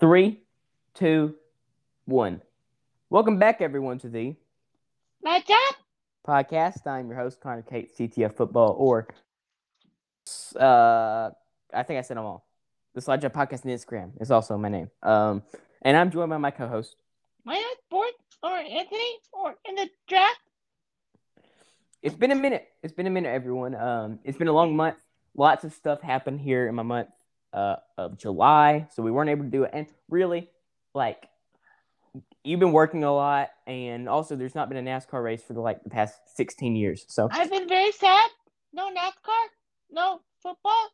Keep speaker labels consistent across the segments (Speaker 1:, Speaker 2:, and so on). Speaker 1: Three, two, one. Welcome back, everyone, to the
Speaker 2: What's up?
Speaker 1: podcast. I'm your host, Connor Kate, CTF Football, or uh, I think I said them all. The Slideshow Podcast and Instagram is also my name. Um, and I'm joined by my co-host.
Speaker 2: My name's Ford or Anthony or in the draft.
Speaker 1: It's been a minute. It's been a minute, everyone. Um, it's been a long month. Lots of stuff happened here in my month uh, of July, so we weren't able to do it. And really, like, you've been working a lot, and also there's not been a NASCAR race for like the past 16 years. So
Speaker 2: I've been very sad. No NASCAR. No football.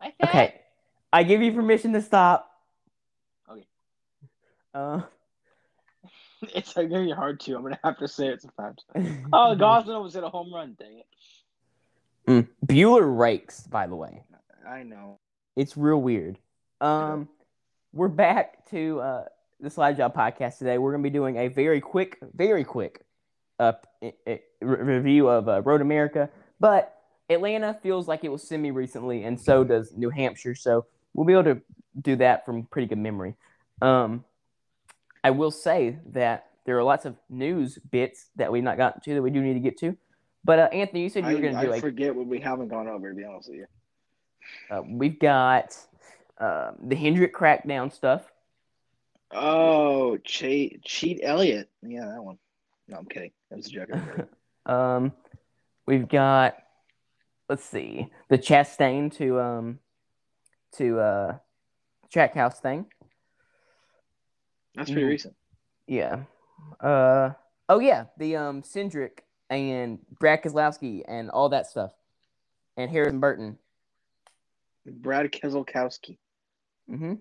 Speaker 2: I said
Speaker 1: Okay. I give you permission to stop.
Speaker 3: Okay.
Speaker 1: Uh,
Speaker 3: It's like gonna be hard to. I'm gonna have to say it sometimes. Oh, Gosling was at a home run. Dang it!
Speaker 1: Mm. Bueller rakes, by the way.
Speaker 3: I know.
Speaker 1: It's real weird. Um, we're back to uh, the Slide Job podcast today. We're going to be doing a very quick, very quick uh, i- i- re- review of uh, Road America. But Atlanta feels like it was semi recently, and so does New Hampshire. So we'll be able to do that from pretty good memory. Um, I will say that there are lots of news bits that we've not gotten to that we do need to get to. But uh, Anthony, you said you
Speaker 3: I,
Speaker 1: were going to
Speaker 3: I
Speaker 1: do like
Speaker 3: forget what we haven't gone over. To be honest with you,
Speaker 1: Uh, we've got um, the Hendrick crackdown stuff.
Speaker 3: oh, cheat, cheat, Elliot. Yeah, that one. No, I'm kidding. That was a joke. everybody.
Speaker 1: um, we've got let's see the Chastain to um to uh track house thing.
Speaker 3: That's pretty
Speaker 1: Mhm.
Speaker 3: recent.
Speaker 1: Yeah. Uh oh yeah the um Cindric and Brad Keselowski and all that stuff and Harrison Burton.
Speaker 3: Brad Keselowski.
Speaker 1: Mm-hmm.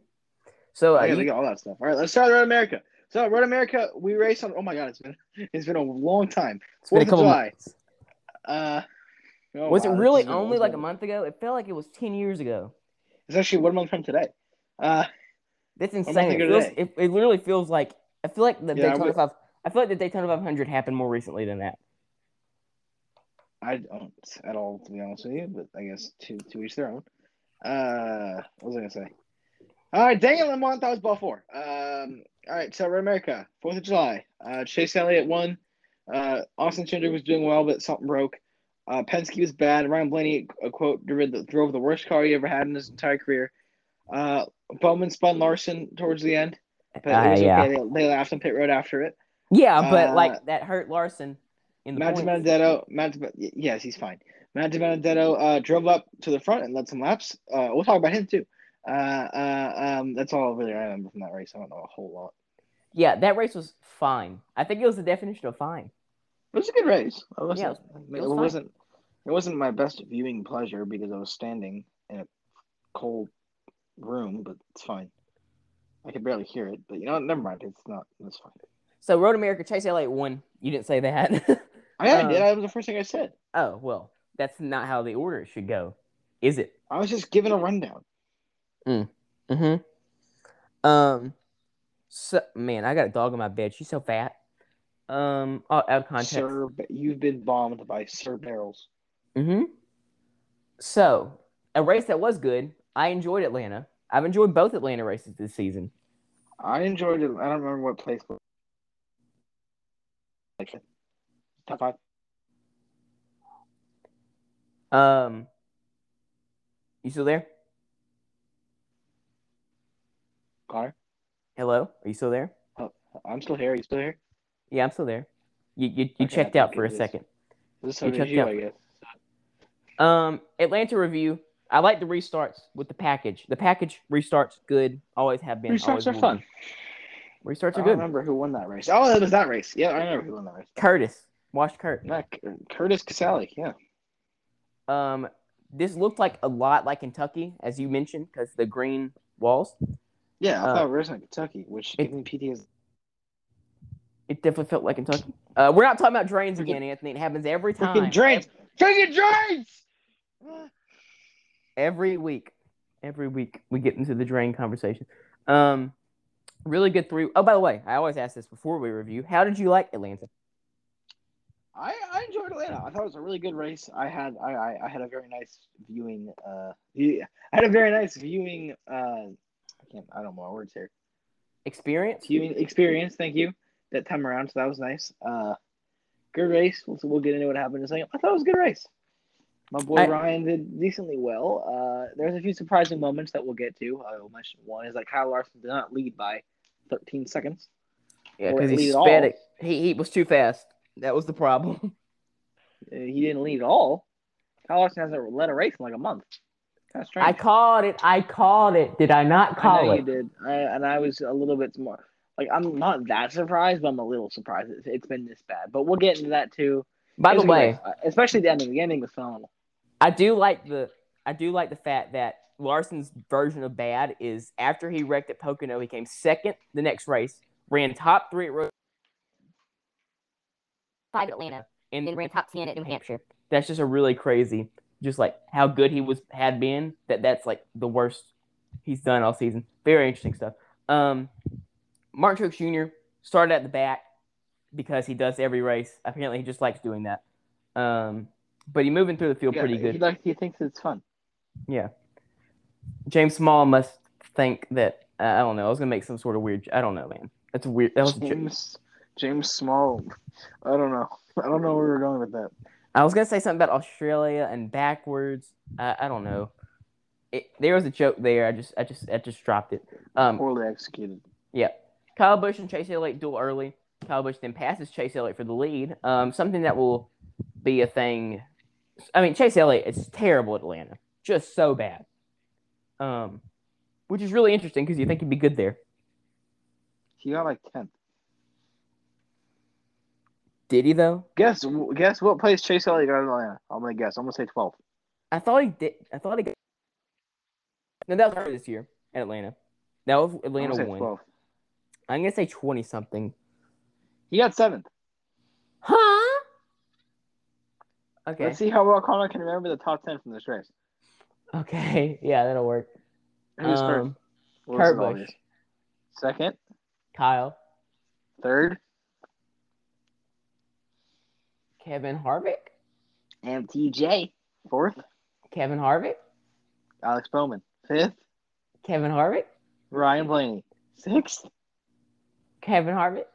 Speaker 1: So uh,
Speaker 3: I gotta
Speaker 1: you-
Speaker 3: look at all that stuff. All right, let's start Road America. So Road America, we race on. Oh my god, it's been it's been a long time.
Speaker 1: it's been a
Speaker 3: Fourth of
Speaker 1: couple
Speaker 3: July.
Speaker 1: months.
Speaker 3: Uh, oh,
Speaker 1: was
Speaker 3: wow,
Speaker 1: it
Speaker 3: this
Speaker 1: really
Speaker 3: has been-
Speaker 1: only
Speaker 3: it's
Speaker 1: like a
Speaker 3: been-
Speaker 1: month ago? It felt like it was ten years ago.
Speaker 3: It's actually one month from today. Uh,
Speaker 1: That's
Speaker 3: month
Speaker 1: insane. It,
Speaker 3: ago
Speaker 1: feels,
Speaker 3: today.
Speaker 1: it, it literally feels like I feel like the
Speaker 3: Yeah, I
Speaker 1: Daytona
Speaker 3: would-
Speaker 1: five. I feel like the Daytona 500 happened more recently than that.
Speaker 3: I don't at all, to be honest with you. But I guess to to each their own. Uh, what was I gonna say? All right, dang it, Lamont, that was ball four. Um, all right, so Road America, Fourth of July. Uh, Chase Elliott won. Uh, Austin Cindric was doing well, but something broke. Uh, Penske was bad. Ryan Blaney, a quote, drove the, drove the worst car he ever had in his entire career. Uh, Bowman spun Larson towards the end, but it was
Speaker 1: Uh, yeah,
Speaker 3: okay. They, they laughed on pit road after it.
Speaker 1: yeah, but
Speaker 3: Uh,
Speaker 1: like that hurt Larson in the
Speaker 3: Matt
Speaker 1: points.
Speaker 3: Benedetto, Matt, Di- yes, he's fine. Matt Benedetto uh, drove up to the front and led some laps. Uh, we'll talk about him too. Uh, uh, um, that's all really I remember from that race. I don't know a whole lot.
Speaker 1: Yeah, that race was fine. I think it was the definition of fine.
Speaker 3: It was a good race. I
Speaker 1: Yeah, it was-
Speaker 3: wasn't, it,
Speaker 1: was fine.
Speaker 3: was not It wasn't my best viewing pleasure because I was standing in a cold room, but it's fine. I could barely hear it, but you know, what? never mind. It's not. It's fine.
Speaker 1: So Road America Chase Elliott won. You didn't say that.
Speaker 3: I, yeah,
Speaker 1: Uh,
Speaker 3: I did. That was the first thing I said.
Speaker 1: oh well, that's not how the order should go, is it?
Speaker 3: I was just giving a rundown.
Speaker 1: Mm-hmm. Um. So man, I got a dog in my bed. She's so fat. Um. Out out of context.
Speaker 3: Sir, but you've been bombed by Sir Barrels.
Speaker 1: Mm-hmm. So, a race that was good. I enjoyed Atlanta. I've enjoyed both Atlanta races this season.
Speaker 3: I enjoyed it. I don't remember what place. but- Like top five.
Speaker 1: Um, you still there?
Speaker 3: Connor,
Speaker 1: Hello, are you still there?
Speaker 3: I'm still here. You still here?
Speaker 1: Yeah, I'm still there. You you, you
Speaker 3: Okay, I
Speaker 1: checked out
Speaker 3: think
Speaker 1: for
Speaker 3: it
Speaker 1: a
Speaker 3: is.
Speaker 1: second.
Speaker 3: This
Speaker 1: You
Speaker 3: so did
Speaker 1: checked
Speaker 3: you,
Speaker 1: out.
Speaker 3: I guess.
Speaker 1: Um, Atlanta review. I like the restarts with the package. The package restarts good. Always have been. always
Speaker 3: Restarts are
Speaker 1: will
Speaker 3: fun.
Speaker 1: be. Restarts
Speaker 3: I
Speaker 1: are
Speaker 3: don't
Speaker 1: good.
Speaker 3: remember who won that race. Oh, that was that race. Yeah, I remember who won that race.
Speaker 1: Curtis, watch Kurt.
Speaker 3: Not Cur- Curtis Casale. Yeah.
Speaker 1: Um, this looked like a lot like Kentucky, as you mentioned, because the green walls.
Speaker 3: Yeah, I
Speaker 1: Uh,
Speaker 3: thought it was in Kentucky, which
Speaker 1: it-
Speaker 3: gave me PTSD.
Speaker 1: It definitely felt like Kentucky. Uh, we're not talking about drains again, Anthony. It happens every time.
Speaker 3: Freaking drains! Freaking drains!
Speaker 1: Every week. Every week we get into the drain conversation. Um, really good three oh by the way, I always ask this before we review. How did you like Atlanta?
Speaker 3: I, I enjoyed Atlanta. I thought it was a really good race. I had I, I, I had a very nice viewing uh view- I had a very nice viewing uh can't. I don't know my words here.
Speaker 1: Experience?
Speaker 3: Viewing experience. Thank you. That time around, so that was nice. Uh, good race. We'll, we'll get into what happened in a second. I thought it was a good race. My boy
Speaker 1: I-
Speaker 3: Ryan did decently well. Uh, there's a few surprising moments that we'll get to. I will mention one is that Kyle Larson did not lead by 13 seconds.
Speaker 1: Yeah,
Speaker 3: or
Speaker 1: because
Speaker 3: lead
Speaker 1: he
Speaker 3: at all.
Speaker 1: sped it. He, he was too fast. That was the problem.
Speaker 3: Uh, he didn't lead at all. Kyle Larson hasn't led a race in like a month. That's strange.
Speaker 1: I called it. I called it. Did I not
Speaker 3: I
Speaker 1: call
Speaker 3: know
Speaker 1: it?
Speaker 3: you did, I, and I was a little bit more like I'm not that surprised, but I'm a little surprised it's, it's been this bad. But we'll get into that too.
Speaker 1: By the
Speaker 3: It's-
Speaker 1: way,
Speaker 3: uh, especially the ending. The ending was phenomenal.
Speaker 1: I do like the I do like the fact that Larson's version of bad is after he wrecked at Pocono, he came second the next race, ran top three at Road,
Speaker 4: five at Atlanta,
Speaker 1: and
Speaker 4: and then ran top ten at New Hampshire.
Speaker 1: that's just a really crazy, just like how good he was had been. That that's like the worst he's done all season. Very interesting stuff. Um, Mark Truex Jr. started at the back because he does every race. Apparently, he just likes doing that. Um, but he moving through the field
Speaker 3: Yeah,
Speaker 1: pretty good.
Speaker 3: He, like, he thinks it's fun.
Speaker 1: James Small must think that uh, I I don't know. I was gonna make some sort of weird. I don't know, man. That's a weird. That was. a jo-
Speaker 3: James James Small. I don't know. I don't know where we're going with that.
Speaker 1: I was gonna say something about Australia and backwards. I, I don't know. It, there was a joke there. I just, I just, I just dropped it. Um,
Speaker 3: Poorly executed.
Speaker 1: yeah. Kyle Busch and Chase Elliott duel early. Kyle Busch then passes Chase Elliott for the lead. Um, something that will be a thing. I mean, Chase Elliott is terrible at Atlanta, just so bad. Um, which is really interesting because you think he'd be good there.
Speaker 3: He got like tenth.
Speaker 1: Did he though?
Speaker 3: Guess guess what place Chase Elliott got in Atlanta? I'm gonna guess. I'm gonna say twelfth.
Speaker 1: I thought he did. I thought he. Got... No, that was earlier this year at Atlanta. That was
Speaker 3: I'm
Speaker 1: Atlanta
Speaker 3: gonna say
Speaker 1: one.
Speaker 3: 12th.
Speaker 1: I'm gonna say twenty something.
Speaker 3: He got seventh.
Speaker 1: Huh? Okay.
Speaker 3: Let's see how well Connor can remember the top ten from this race.
Speaker 1: Okay. Yeah, that'll work.
Speaker 3: Who's first?
Speaker 1: Um,
Speaker 3: Well, this
Speaker 1: Kurt
Speaker 3: is
Speaker 1: Busch.
Speaker 3: obvious. Second,
Speaker 1: Kyle,
Speaker 3: third,
Speaker 1: Kevin Harvick,
Speaker 3: MTJ. Fourth,
Speaker 1: Kevin Harvick,
Speaker 3: Alex Bowman. Fifth,
Speaker 1: Kevin Harvick,
Speaker 3: Ryan Blaney. Sixth,
Speaker 1: Kevin Harvick.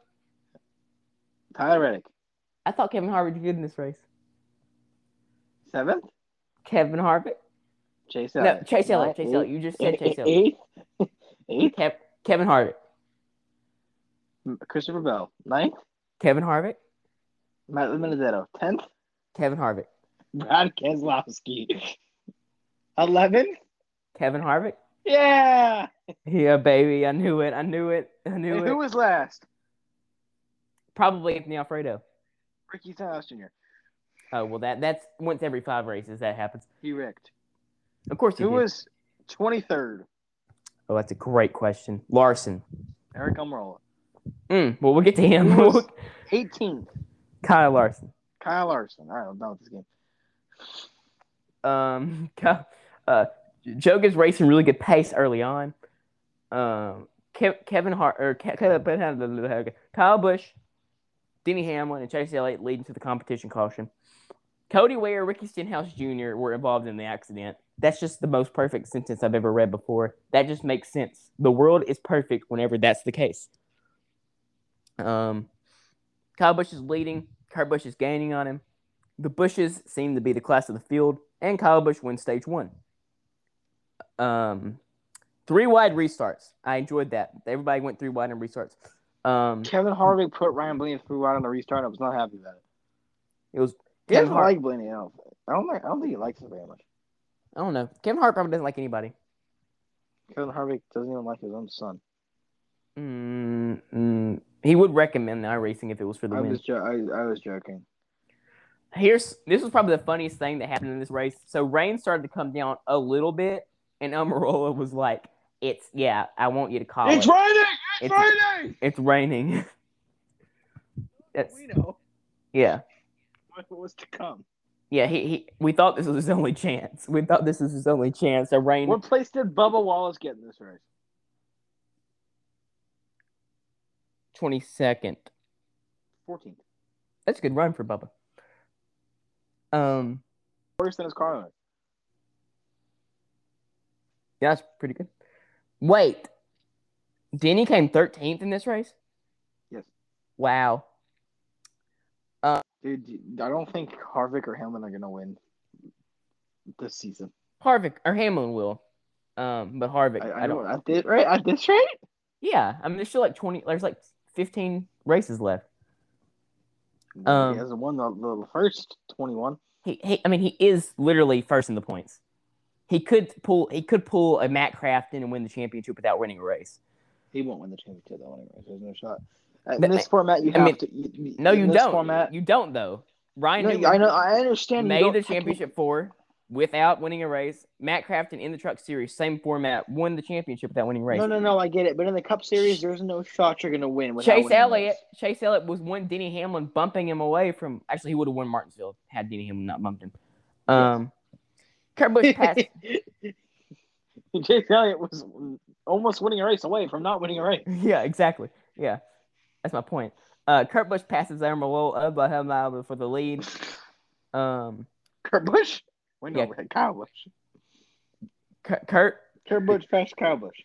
Speaker 3: Tyler Reddick.
Speaker 1: I thought Kevin Harvick did good in this race.
Speaker 3: Seventh,
Speaker 1: Kevin Harvick.
Speaker 3: Chase
Speaker 1: No,
Speaker 3: Elliott.
Speaker 1: Chase Elliott.
Speaker 3: Ninth,
Speaker 1: Chase Elliott. You just said
Speaker 3: eighth-
Speaker 1: Chase Elliott.
Speaker 3: Eighth, eighth,
Speaker 1: Kev- Kevin Harvick.
Speaker 3: Christopher Bell. Ninth,
Speaker 1: Kevin Harvick.
Speaker 3: Matt Benedetto. Tenth,
Speaker 1: Kevin Harvick.
Speaker 3: Brad Keselowski. Eleventh,
Speaker 1: Kevin Harvick.
Speaker 3: yeah.
Speaker 1: Yeah, baby. I knew it. I knew it. I knew
Speaker 3: And
Speaker 1: it.
Speaker 3: who was last?
Speaker 1: Probably Anthony Alfredo.
Speaker 3: Ricky Styles Jr.
Speaker 1: Oh well, that that's once every five races that happens.
Speaker 3: He wrecked.
Speaker 1: Of course, he
Speaker 3: Who
Speaker 1: did.
Speaker 3: was twenty third?
Speaker 1: Oh, that's a great question, Larson.
Speaker 3: Eric Almirola.
Speaker 1: Mm, well, we'll get to him.
Speaker 3: Who was- Eighteenth,
Speaker 1: Kyle Larson.
Speaker 3: Kyle Larson. All right, I'm done with this game.
Speaker 1: Um, Kyle, uh, Joe gives racing really good pace early on. Um, Kev- Kevin Hart or Ke- Ke- Kyle Busch, Denny Hamlin, and Chase Elliott leading to the competition caution. Cody Ware, Ricky Stenhouse Jr. were involved in the accident. That's just the most perfect sentence I've ever read before. That just makes sense. The world is perfect whenever that's the case. Um, Kyle Busch is leading. Kurt Busch is gaining on him. The Bushes seem to be the class of the field, and Kyle Busch wins stage one. Um, three wide restarts. I enjoyed that. Everybody went three wide and restarts. Um,
Speaker 3: Kevin Harvick put Ryan Blaney through right on the restart. I was not happy about it.
Speaker 1: it was
Speaker 3: He doesn't
Speaker 1: Kevin Hart.
Speaker 3: like Blaney. I don't, I don't like. I don't think he likes him very much.
Speaker 1: I don't know. Kevin Hart probably doesn't like anybody.
Speaker 3: Kevin Harvick doesn't even like his own son.
Speaker 1: Mm, mm, he would recommend iRacing if it was for the
Speaker 3: I
Speaker 1: win.
Speaker 3: was, jo- I, I was joking.
Speaker 1: here's this was probably the funniest thing that happened in this race. So rain started to come down a little bit, and Amarola was like, "It's yeah, I want you to call it.
Speaker 3: raining.
Speaker 1: It's-
Speaker 3: raining.
Speaker 1: It's raining." That's,
Speaker 3: We know
Speaker 1: yeah,
Speaker 3: what was to come.
Speaker 1: yeah. He, he we thought this was his only chance. We thought this was his only chance. So rain.
Speaker 3: What place did Bubba Wallace get in this race?
Speaker 1: twenty second.
Speaker 3: Fourteenth.
Speaker 1: That's a good run for Bubba. Um,
Speaker 3: Worse than his car owner.
Speaker 1: yeah, that's pretty good. Wait, Denny came 13th in this race.
Speaker 2: Yes.
Speaker 1: Wow.
Speaker 2: Dude, I don't think Harvick or Hamlin are gonna win this season.
Speaker 1: Harvick or Hamlin will, um, but Harvick.
Speaker 2: I,
Speaker 1: I,
Speaker 2: I,
Speaker 1: don't.
Speaker 2: don't. At this right, at this rate,
Speaker 1: Yeah, I mean, there's still like 20. There's like 15 races left.
Speaker 2: he
Speaker 1: Um,
Speaker 2: hasn't won the, the first twenty-one.
Speaker 1: He, he, I mean, he is literally first in the points. He could pull. He could pull a Matt Crafton and win the championship without winning a race.
Speaker 2: He won't win the championship though, anyway. There's no shot. Uh, In
Speaker 1: But-
Speaker 2: this format, you
Speaker 1: I
Speaker 2: have
Speaker 1: mean,
Speaker 2: to. You, you-
Speaker 1: No,
Speaker 2: in
Speaker 1: you
Speaker 2: this
Speaker 1: don't.
Speaker 2: Format,
Speaker 1: You don't though. Ryan
Speaker 2: no,
Speaker 1: Newman
Speaker 2: I know. I understand. you
Speaker 1: made
Speaker 2: don't
Speaker 1: the
Speaker 2: technically-
Speaker 1: championship four without winning a race. Matt Crafton in the Truck Series, same format, won the championship without winning a race.
Speaker 2: No, no, no. I get it, but in the Cup Series, there's no shot you're gonna win. without
Speaker 1: Chase
Speaker 2: winning the
Speaker 1: Elliott.
Speaker 2: race.
Speaker 1: Chase Elliott was one Denny Hamlin bumping him away from. Actually, he would have won Martinsville had Denny Hamlin not bumped him. Um, Kurt Busch passed.
Speaker 2: Chase Elliott was almost winning a race away from not winning a race.
Speaker 1: yeah, exactly. Yeah, that's my point. Uh, Kurt Busch passes Aaron Malone by him out for the lead. Um,
Speaker 2: Kurt Busch, wait, no,
Speaker 1: Yeah.
Speaker 2: we had Kyle Busch.
Speaker 1: Kurt. Kurt
Speaker 2: Kurt Busch passed Kyle Busch.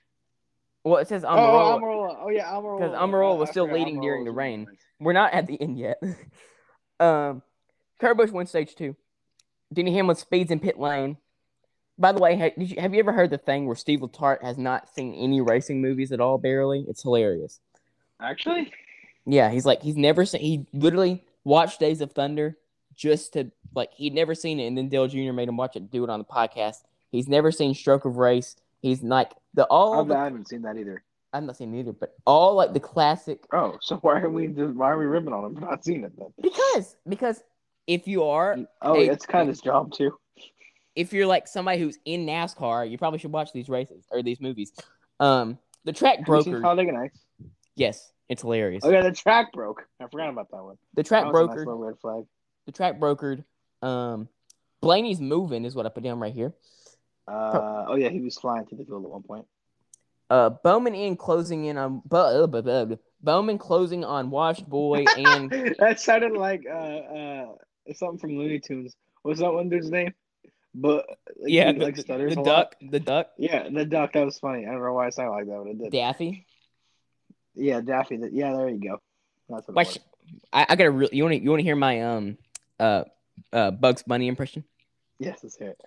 Speaker 1: well, it says
Speaker 2: Oh,
Speaker 1: Amarola.
Speaker 2: Almirola. Oh yeah, Almirola.
Speaker 1: 'Cause Almirola
Speaker 2: I-
Speaker 1: was
Speaker 2: I
Speaker 1: still
Speaker 2: forgot
Speaker 1: leading during
Speaker 2: Almirola
Speaker 1: the
Speaker 2: was winning
Speaker 1: rain.
Speaker 2: race.
Speaker 1: We're not at the end yet. um, Kurt Busch wins stage two. Denny Hamlin speeds in pit lane. By the way, ha- did you, have you ever heard the thing where Steve Letarte has not seen any racing movies at all? Barely, it's hilarious.
Speaker 2: Actually,
Speaker 1: Yeah, he's like he's never seen. He literally watched Days of Thunder just to like he'd never seen it, and then Dale Jr. made him watch it, do it on the podcast. He's never seen Stroke of Race. He's like the all.
Speaker 2: I've-
Speaker 1: The,
Speaker 2: I haven't seen that either.
Speaker 1: I'm not saying either, but all like the classic
Speaker 2: Oh, so why are we just, why are we ripping on him for not seeing it then?
Speaker 1: because because if you are
Speaker 2: Oh,
Speaker 1: Hey.
Speaker 2: that's kind of his job too.
Speaker 1: if you're like somebody who's in NASCAR, you probably should watch these races or these movies. Um, the track
Speaker 2: Have you seen
Speaker 1: broker.
Speaker 2: Talladega Nights?
Speaker 1: Yes, it's hilarious.
Speaker 2: Oh yeah, the track broke. I forgot about that one.
Speaker 1: The
Speaker 2: That
Speaker 1: track
Speaker 2: was a nice
Speaker 1: broker.
Speaker 2: little red flag.
Speaker 1: the track brokered. Um, Blaney's moving is what I put down right here.
Speaker 2: Uh, oh yeah, he was flying through the field at one point.
Speaker 1: Uh, Bowman in closing in on bu- uh, bu- bu- bu- Bowman closing on Washed Boy and
Speaker 2: that sounded like uh, uh, something from Looney Tunes. What's that one dude's name? But like,
Speaker 1: yeah,
Speaker 2: he,
Speaker 1: the,
Speaker 2: like stutters
Speaker 1: the
Speaker 2: a lot.
Speaker 1: duck, the duck,
Speaker 2: Yeah, the duck. That was funny. I don't know why I sounded like that, but it did.
Speaker 1: Daffy.
Speaker 2: Yeah, Daffy. that- yeah, there you go. That's what it
Speaker 1: Watch, I, I got a real. You want to you want to hear my um uh uh Bugs Bunny impression?
Speaker 2: was. Yes, let's hear it.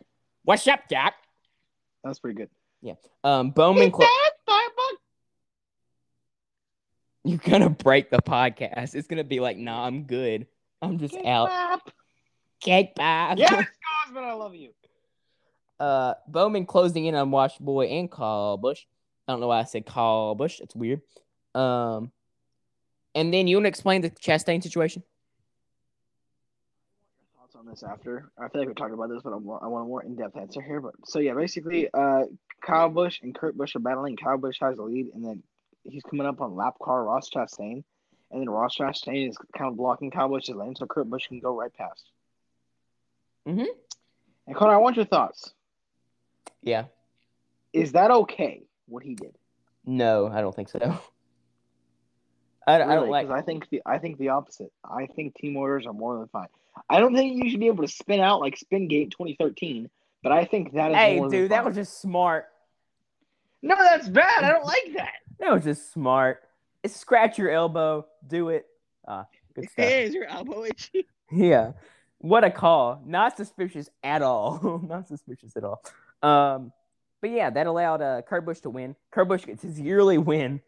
Speaker 1: What's up, Jack?
Speaker 2: That was pretty good.
Speaker 1: Um,
Speaker 3: He
Speaker 1: Bowman. Clo-
Speaker 3: said Starbucks.
Speaker 1: You're gonna break the podcast. It's gonna be like, nah, I'm good. I'm just out.
Speaker 3: Kebab.
Speaker 1: Cake pie.
Speaker 2: Yes, Cosman, I love you.
Speaker 1: Uh, Bowman closing in on Wash Boy and Carl Bush. I don't know why I said Carl Bush. That's weird. Um, and then you want to explain the Chastain situation?
Speaker 2: thoughts on this after. I feel like we talked about this, but I'm, I want a more in-depth answer here. But so yeah, basically, uh, Kyle Busch and Kurt Busch are battling. Kyle Busch has the lead, and then he's coming up on lap car Ross Chastain, and then Ross Chastain is kind of blocking Kyle Busch's lane, so Kurt Busch can go right past.
Speaker 1: Mhm.
Speaker 2: And Connor, I want your thoughts.
Speaker 1: Yeah.
Speaker 2: Is that okay? What he did?
Speaker 1: No, I don't think so. I, don't- I don't
Speaker 2: Really,
Speaker 1: like.
Speaker 2: 'cause I think the I think the opposite. I think team orders are more than fine. I don't think you should be able to spin out like Spingate 2013, but I think that is.
Speaker 1: Hey,
Speaker 2: more than
Speaker 1: dude, that
Speaker 2: fine.
Speaker 1: was just smart.
Speaker 2: No, that's bad. I don't like that.
Speaker 1: That was just smart. Scratch your elbow. Do it. Ah, good stuff.
Speaker 2: is your elbow itchy?
Speaker 1: Yeah. What a call. Not suspicious at all. Not suspicious at all. Um, but yeah, that allowed uh, Kurt Busch to win. Kurt Busch gets his yearly win.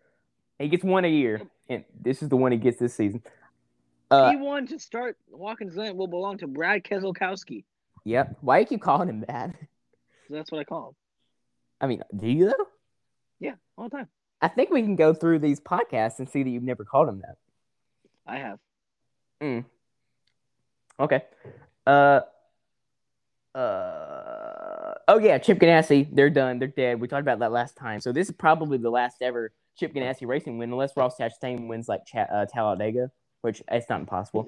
Speaker 1: He gets one a year, and this is the one he gets this season. Uh,
Speaker 2: he won to start Watkins Lane will belong to Brad Keselowski.
Speaker 1: yep. Why do you keep calling him that?
Speaker 2: That's what I call him.
Speaker 1: I mean, do you though?
Speaker 2: Yeah, all the time.
Speaker 1: I think we can go through these podcasts and see that you've never called him that.
Speaker 2: I have.
Speaker 1: Okay. Uh. Uh. Oh yeah, Chip Ganassi. They're done. They're dead. We talked about that last time. So this is probably the last ever Chip Ganassi racing win, unless Ross Chastain wins like Cha- uh, Talladega, which it's not impossible.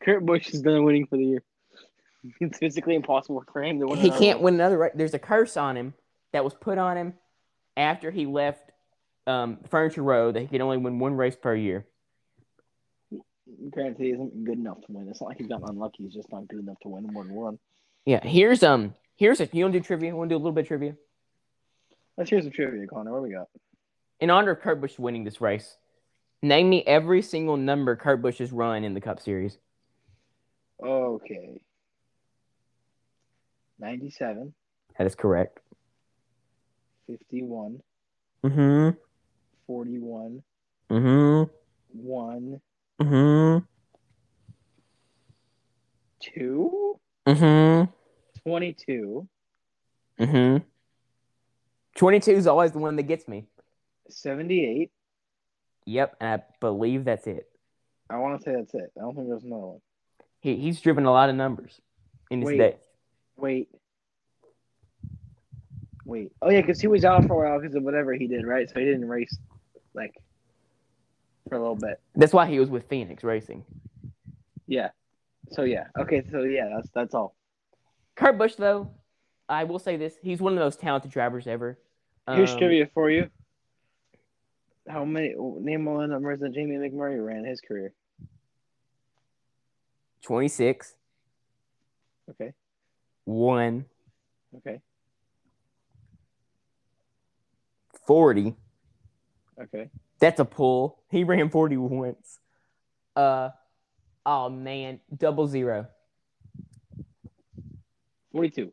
Speaker 2: Kurt Busch is done winning for the year. It's physically impossible for him to win.
Speaker 1: He
Speaker 2: another
Speaker 1: can't
Speaker 2: one.
Speaker 1: win another. Ra- There's a curse on him that was put on him after he left um, Furniture Row that he could only win one race per year.
Speaker 2: Granted, he isn't good enough to win. It's not like he's gotten unlucky. He's just not good enough to win more than one.
Speaker 1: Yeah. Here's um. Here's a. You want to do trivia? Want to do a little bit of trivia?
Speaker 2: Let's hear some trivia, Connor. What we got?
Speaker 1: in honor of Kurt Busch winning this race, name me every single number Kurt Busch has run in the Cup Series.
Speaker 3: Okay. 97,
Speaker 1: That is correct.
Speaker 3: 51, Mm-hmm.
Speaker 1: Mm
Speaker 3: 41,
Speaker 1: hmm. Mm
Speaker 3: Mm-hmm. 1,
Speaker 1: hmm. Mm
Speaker 3: Mm-hmm. 2,
Speaker 1: hmm. Mm
Speaker 3: Mm-hmm. 22,
Speaker 1: hmm. Mm
Speaker 3: Mm-hmm.
Speaker 1: hmm. 22 is always the one that gets me.
Speaker 3: 78.
Speaker 1: Yep. And I believe that's it.
Speaker 3: I want to say that's it. I don't think there's another one.
Speaker 1: He, he's driven a lot of numbers in his
Speaker 3: Wait.
Speaker 1: day.
Speaker 3: Wait. Wait. Oh, yeah, because he was out for a while because of whatever he did, right? So he didn't race, like, for a little bit.
Speaker 1: That's why he was with Phoenix Racing.
Speaker 3: Yeah. So, yeah. Okay, so, yeah, that's that's all.
Speaker 1: Kurt Busch, though, I will say this: he's one of those talented drivers ever.
Speaker 3: Here's
Speaker 1: Um,
Speaker 3: trivia for you. How many name all the numbers that Jamie McMurray ran in his career?
Speaker 1: Twenty-six,
Speaker 3: Okay,
Speaker 1: one,
Speaker 3: okay,
Speaker 1: forty.
Speaker 3: okay.
Speaker 1: That's a pull. He ran forty once. Uh, oh man, double zero.
Speaker 3: Forty-two.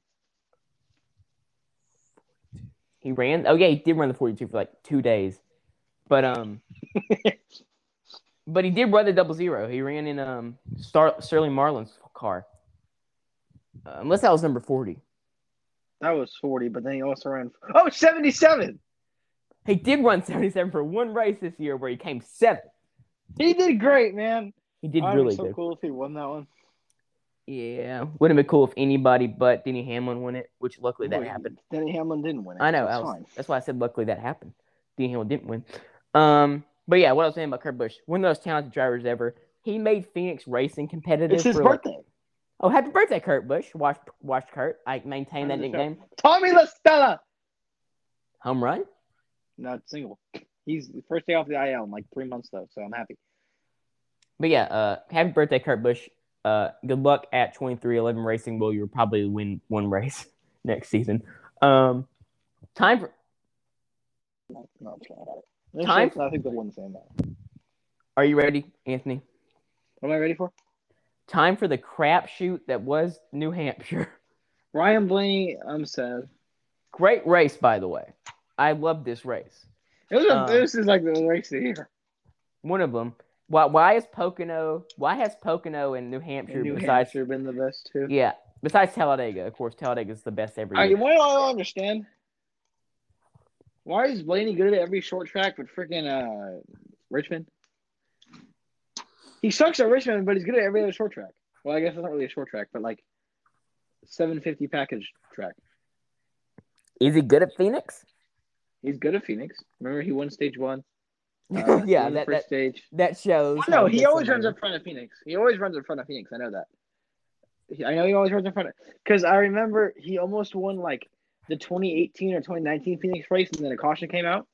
Speaker 1: He ran. Oh yeah, he did run the forty-two for like two days, but um, but he did run the double zero. He ran in um Star- Sterling Marlin's car. Uh, unless that was number forty.
Speaker 3: That was forty, but then he also ran. Oh, 77!
Speaker 1: He did run seventy-seven for one race this year, where he came seventh.
Speaker 3: He did great, man.
Speaker 1: He did
Speaker 3: I'd be
Speaker 1: really
Speaker 3: Oh, so
Speaker 1: good.
Speaker 3: cool if he won that one.
Speaker 1: Yeah, would have been cool if anybody but Denny Hamlin won it, which luckily that
Speaker 3: Wait,
Speaker 1: happened.
Speaker 3: Denny Hamlin didn't win it.
Speaker 1: I know.
Speaker 3: That's
Speaker 1: I was-
Speaker 3: fine.
Speaker 1: that's why I said luckily that happened. Denny Hamlin didn't win. Um, but yeah, what I was saying about Kurt Busch, one of those talented drivers ever. He made Phoenix Racing competitive.
Speaker 3: It's his
Speaker 1: for, like-
Speaker 3: birthday.
Speaker 1: oh, happy birthday, Kurt Busch! Watch, watch Kurt. I maintain that
Speaker 3: Friend of the
Speaker 1: nickname.
Speaker 3: Tommy LaStella.
Speaker 1: Home run.
Speaker 3: Not single. He's the first day off the IL in like three months though, so I'm happy.
Speaker 1: But yeah, uh, happy birthday, Kurt Busch. Uh, good luck at twenty three eleven racing. Will you'll probably win one race next season. Um, time for
Speaker 3: No, no, I'm sorry about it. There's
Speaker 1: Time-
Speaker 3: no- I think the one's saying that.
Speaker 1: are you ready, Anthony?
Speaker 3: What am I ready for?
Speaker 1: Time for the crapshoot that was New Hampshire.
Speaker 3: Ryan Blaney. um, I'm sad.
Speaker 1: Great race, by the way. I love this race.
Speaker 3: It was a,
Speaker 1: Uh,
Speaker 3: this is like the race of the year.
Speaker 1: One of them. Why? Why is Pocono? Why has Pocono in New Hampshire
Speaker 3: And New
Speaker 1: besides?
Speaker 3: Hampshire been the best too.
Speaker 1: Yeah, besides Talladega, of course. Talladega is the best every
Speaker 3: I,
Speaker 1: year.
Speaker 3: what do I don't understand? Why is Blaney good at every short track but freaking uh, Richmond? He sucks at Richmond, but he's good at every other short track. Well, I guess it's not really a short track, but like 750 package track.
Speaker 1: Is he good at Phoenix?
Speaker 3: He's good at Phoenix. Remember, he won stage one. Uh, he
Speaker 1: yeah,
Speaker 3: won the
Speaker 1: that,
Speaker 3: first
Speaker 1: that
Speaker 3: stage.
Speaker 1: that shows.
Speaker 3: Oh, No,
Speaker 1: how
Speaker 3: he
Speaker 1: good
Speaker 3: always
Speaker 1: somebody
Speaker 3: runs in front of Phoenix. He always runs in front of Phoenix. I know that. He- I know he always runs in front of because I remember he almost won like the 2018 or 2019 Phoenix race, and then a caution came out.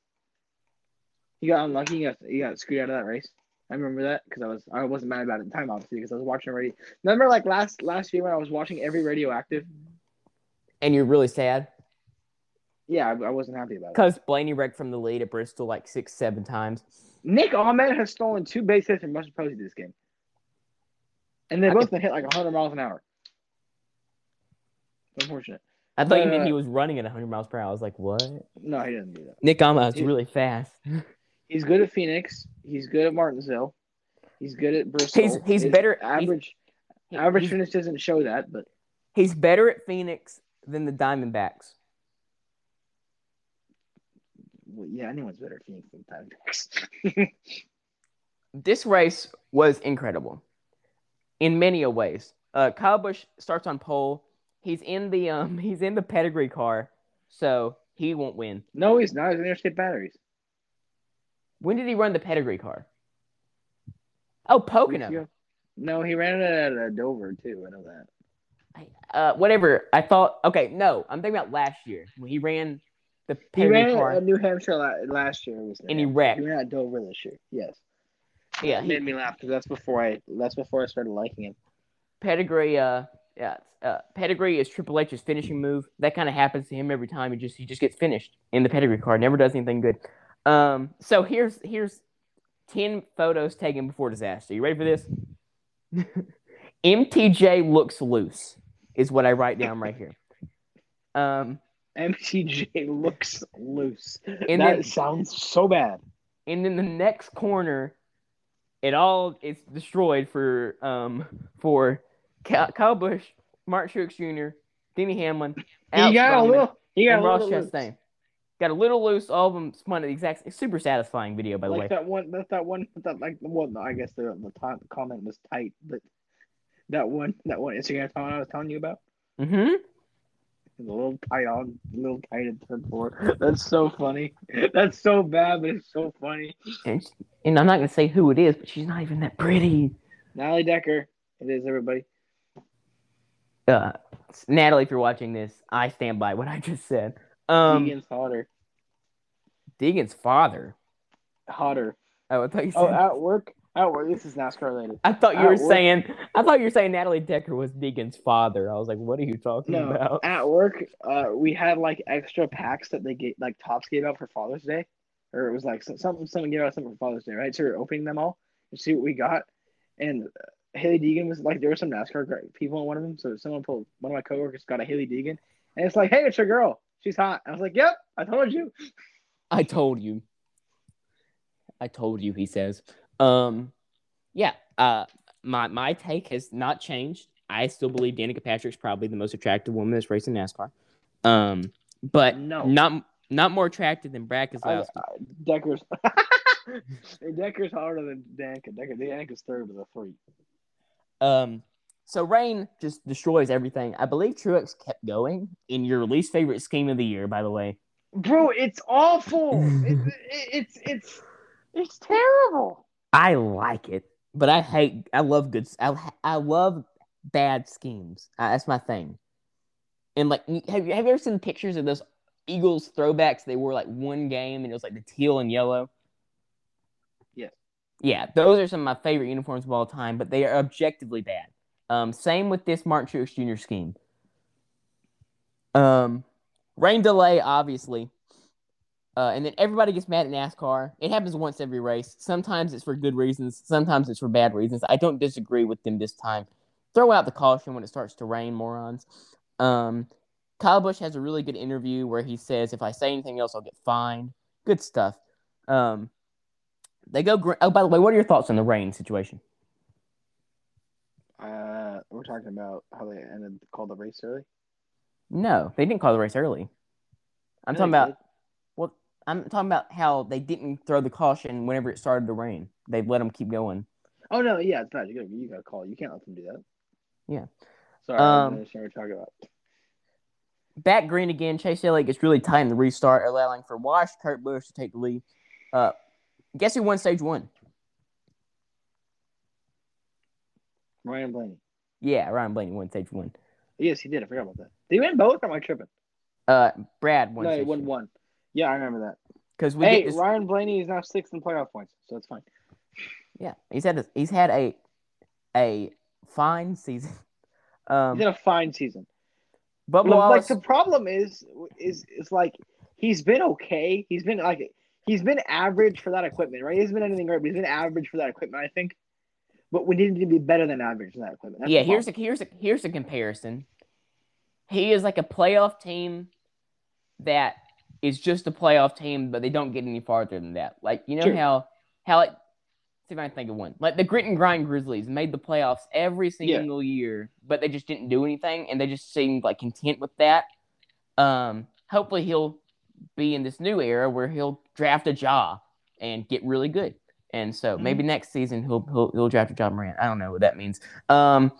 Speaker 3: He got unlucky. He got, he got screwed out of that race. I remember that because I was I wasn't mad about it in time obviously because I was watching radio. Remember like last last year when I was watching every radioactive.
Speaker 1: And you're really sad
Speaker 3: Yeah, I, I wasn't happy about it.
Speaker 1: because Blaney wrecked from the lead at Bristol like six, seven times.
Speaker 3: Nick Ahmed has stolen two base hits from Buster Posey this game, and they've
Speaker 1: I
Speaker 3: both been hit like 100 miles an hour. Unfortunate.
Speaker 1: I thought you
Speaker 3: Uh,
Speaker 1: meant he was running at 100 miles per hour. I was like, what?
Speaker 3: No, he doesn't do that.
Speaker 1: Nick Ama's
Speaker 3: Dude.
Speaker 1: really fast.
Speaker 3: He's good at Phoenix. He's good at Martinsville. He's good at Bristol.
Speaker 1: He's- he's better-
Speaker 3: Average
Speaker 1: He-
Speaker 3: average
Speaker 1: he's-
Speaker 3: finish doesn't show that, but
Speaker 1: He's better at Phoenix than the Diamondbacks.
Speaker 3: well, yeah, anyone's better at Phoenix than Tyler Dax.
Speaker 1: This race was incredible in many a ways. Uh, Kyle Busch starts on pole. He's in the um he's in the pedigree car, so he won't win.
Speaker 3: no, he's not. He's in interstate batteries.
Speaker 1: When did he run the pedigree car? Oh, Pocono.
Speaker 3: Week- No, he ran it at uh, Dover too. I know that.
Speaker 1: Uh, whatever. I thought. Okay, no, I'm thinking about last year when he ran the
Speaker 3: He
Speaker 1: pedigree
Speaker 3: ran um,
Speaker 1: car
Speaker 3: at New Hampshire la- last year. Was
Speaker 1: and he
Speaker 3: he
Speaker 1: wrecked.
Speaker 3: ran at Dover this year. Yes.
Speaker 1: Yeah,
Speaker 3: It
Speaker 1: he,
Speaker 3: made me laugh because that's before I that's before I started liking him.
Speaker 1: pedigree uh yeah uh, pedigree is triple h's finishing move that kind of happens to him every time he just he just gets finished in the pedigree card never does anything good Um, so here's here's ten photos taken before disaster. You ready for this? MTJ looks loose is what I write down right here. Um,
Speaker 3: MTJ looks loose.
Speaker 1: and
Speaker 3: that
Speaker 1: then
Speaker 3: sounds so bad.
Speaker 1: and then the next corner, it all it's destroyed for um for Cal, Kyle Bush, Martin Truex Jr., Denny Hamlin,
Speaker 3: He
Speaker 1: Alex
Speaker 3: got a
Speaker 1: Bowman,
Speaker 3: little. He got
Speaker 1: and
Speaker 3: a
Speaker 1: Ross
Speaker 3: little loose.
Speaker 1: Chastain. Got a little loose. All of them spun at the exact. It's super satisfying video, by the
Speaker 3: like
Speaker 1: way.
Speaker 3: that one. That that one. That like the one. I guess the the t- comment was tight, but that one. That one Instagram comment I was telling you about.
Speaker 1: Mm-hmm.
Speaker 3: It's a little tight on, a little tight in turn four. That's so funny. That's so bad, but it's so funny.
Speaker 1: And, and I'm not gonna say who it is, but she's not even that pretty.
Speaker 3: Natalie Decker. It is everybody.
Speaker 1: Uh, Natalie, if you're watching this, I stand by what I just said. Um,
Speaker 3: Keegan's hotter.
Speaker 1: Deegan's father.
Speaker 3: Hotter.
Speaker 1: Oh, I thought you said.
Speaker 3: Oh, at work. At work. This is NASCAR related.
Speaker 1: I thought you
Speaker 3: at
Speaker 1: were
Speaker 3: work-
Speaker 1: saying. I thought you were saying Natalie Decker was Deegan's father. I was like, what are you talking
Speaker 3: No.
Speaker 1: about?
Speaker 3: At work, uh, we had like extra packs that they gave, like Tops gave out for Father's Day, or it was like some- something someone gave out something for Father's Day, right? So we were opening them all and see what we got. And uh, Haley Deegan was like, there were some NASCAR gr- people in one of them, so someone pulled one of my coworkers got a Haley Deegan, and it's like, hey, it's your girl, she's hot. I was like, yep, I told you.
Speaker 1: I told you. I told you, he says. Um yeah, uh my my take has not changed. I still believe Danica Patrick's probably the most attractive woman that's racing NASCAR. Um but
Speaker 3: No. Oh,
Speaker 1: not not more attractive than Brad
Speaker 3: I,
Speaker 1: Keselowski.
Speaker 3: I, Decker's Decker's harder than Danica. Decker, Danica's third with a three.
Speaker 1: Um, so rain just destroys everything. I believe Truex kept going in your least favorite scheme of the year, by the way.
Speaker 3: Bro, it's awful. it, it, it's it's it's terrible.
Speaker 1: I like it, but I hate. I love good. I I love bad schemes. Uh, that's my thing. And like, you- have you have you ever seen pictures of those Eagles throwbacks? They wore like one game, and it was like the teal and yellow.
Speaker 3: Yes.
Speaker 1: Yeah, those are some of my favorite uniforms of all time, but they are objectively bad. Um, same with this Martin Truex Jr. scheme. Um, rain delay, obviously. Uh, and then everybody gets mad at NASCAR. It happens once every race. Sometimes it's for good reasons, sometimes it's for bad reasons. I don't disagree with them this time. Throw out the caution when it starts to rain, morons. Um, Kyle Bush has a really good interview where he says, "If I say anything else, I'll get fined." Good stuff. Um, they go. Gr- oh, by the way, what are your thoughts on the rain situation?
Speaker 3: Uh, we're talking about how they ended called the race early.
Speaker 1: No, they didn't call the race early. I'm
Speaker 3: Yeah,
Speaker 1: talking
Speaker 3: they
Speaker 1: about
Speaker 3: did.
Speaker 1: well, I'm talking about how they didn't throw the caution whenever it started to rain. They let them keep going.
Speaker 3: Oh no, yeah, it's not. You got you got to call. You can't let them do that.
Speaker 1: Yeah.
Speaker 3: Sorry, I
Speaker 1: Um,
Speaker 3: didn't understand what you're talking about.
Speaker 1: Back green again. Chase Elliott gets really tight in the restart, allowing for Wash Kurt Busch to take the lead. Uh, guess who won stage one?
Speaker 3: Ryan Blaney.
Speaker 1: Yeah, Ryan Blaney won stage one.
Speaker 3: Yes, he did. I forgot about that. Did he win both? Or am I tripping?
Speaker 1: Uh, Brad won.
Speaker 3: no, he
Speaker 1: stage
Speaker 3: won one. Yeah, I remember that.
Speaker 1: because we
Speaker 3: hey,
Speaker 1: get this.
Speaker 3: Ryan Blaney is now sixth in playoff points, so it's fine.
Speaker 1: Yeah, he's had a, he's had a a fine season. Um,
Speaker 3: He's in a fine season.
Speaker 1: Bubba
Speaker 3: Well, like
Speaker 1: Wallace,
Speaker 3: the problem is, is is like he's been okay. He's been like he's been average for that equipment, right? He hasn't been anything great, but he's been average for that equipment, I think. But we needed to be better than average in that equipment. That's
Speaker 1: yeah.
Speaker 3: the
Speaker 1: Here's a
Speaker 3: problem.
Speaker 1: here's a here's a comparison. He is like a playoff team that is just a playoff team, but they don't get any farther than that. Like you know
Speaker 3: True.
Speaker 1: how how it. See if I can think of one. Like the grit and grind Grizzlies made the playoffs every
Speaker 3: Yeah.
Speaker 1: single year, but they just didn't do anything, and they just seemed like content with that. Um, hopefully he'll be in this new era where he'll draft a jaw and get really good. And so
Speaker 3: Mm-hmm.
Speaker 1: maybe next season he'll he'll, he'll draft a John Morant. I don't know what that means. Um,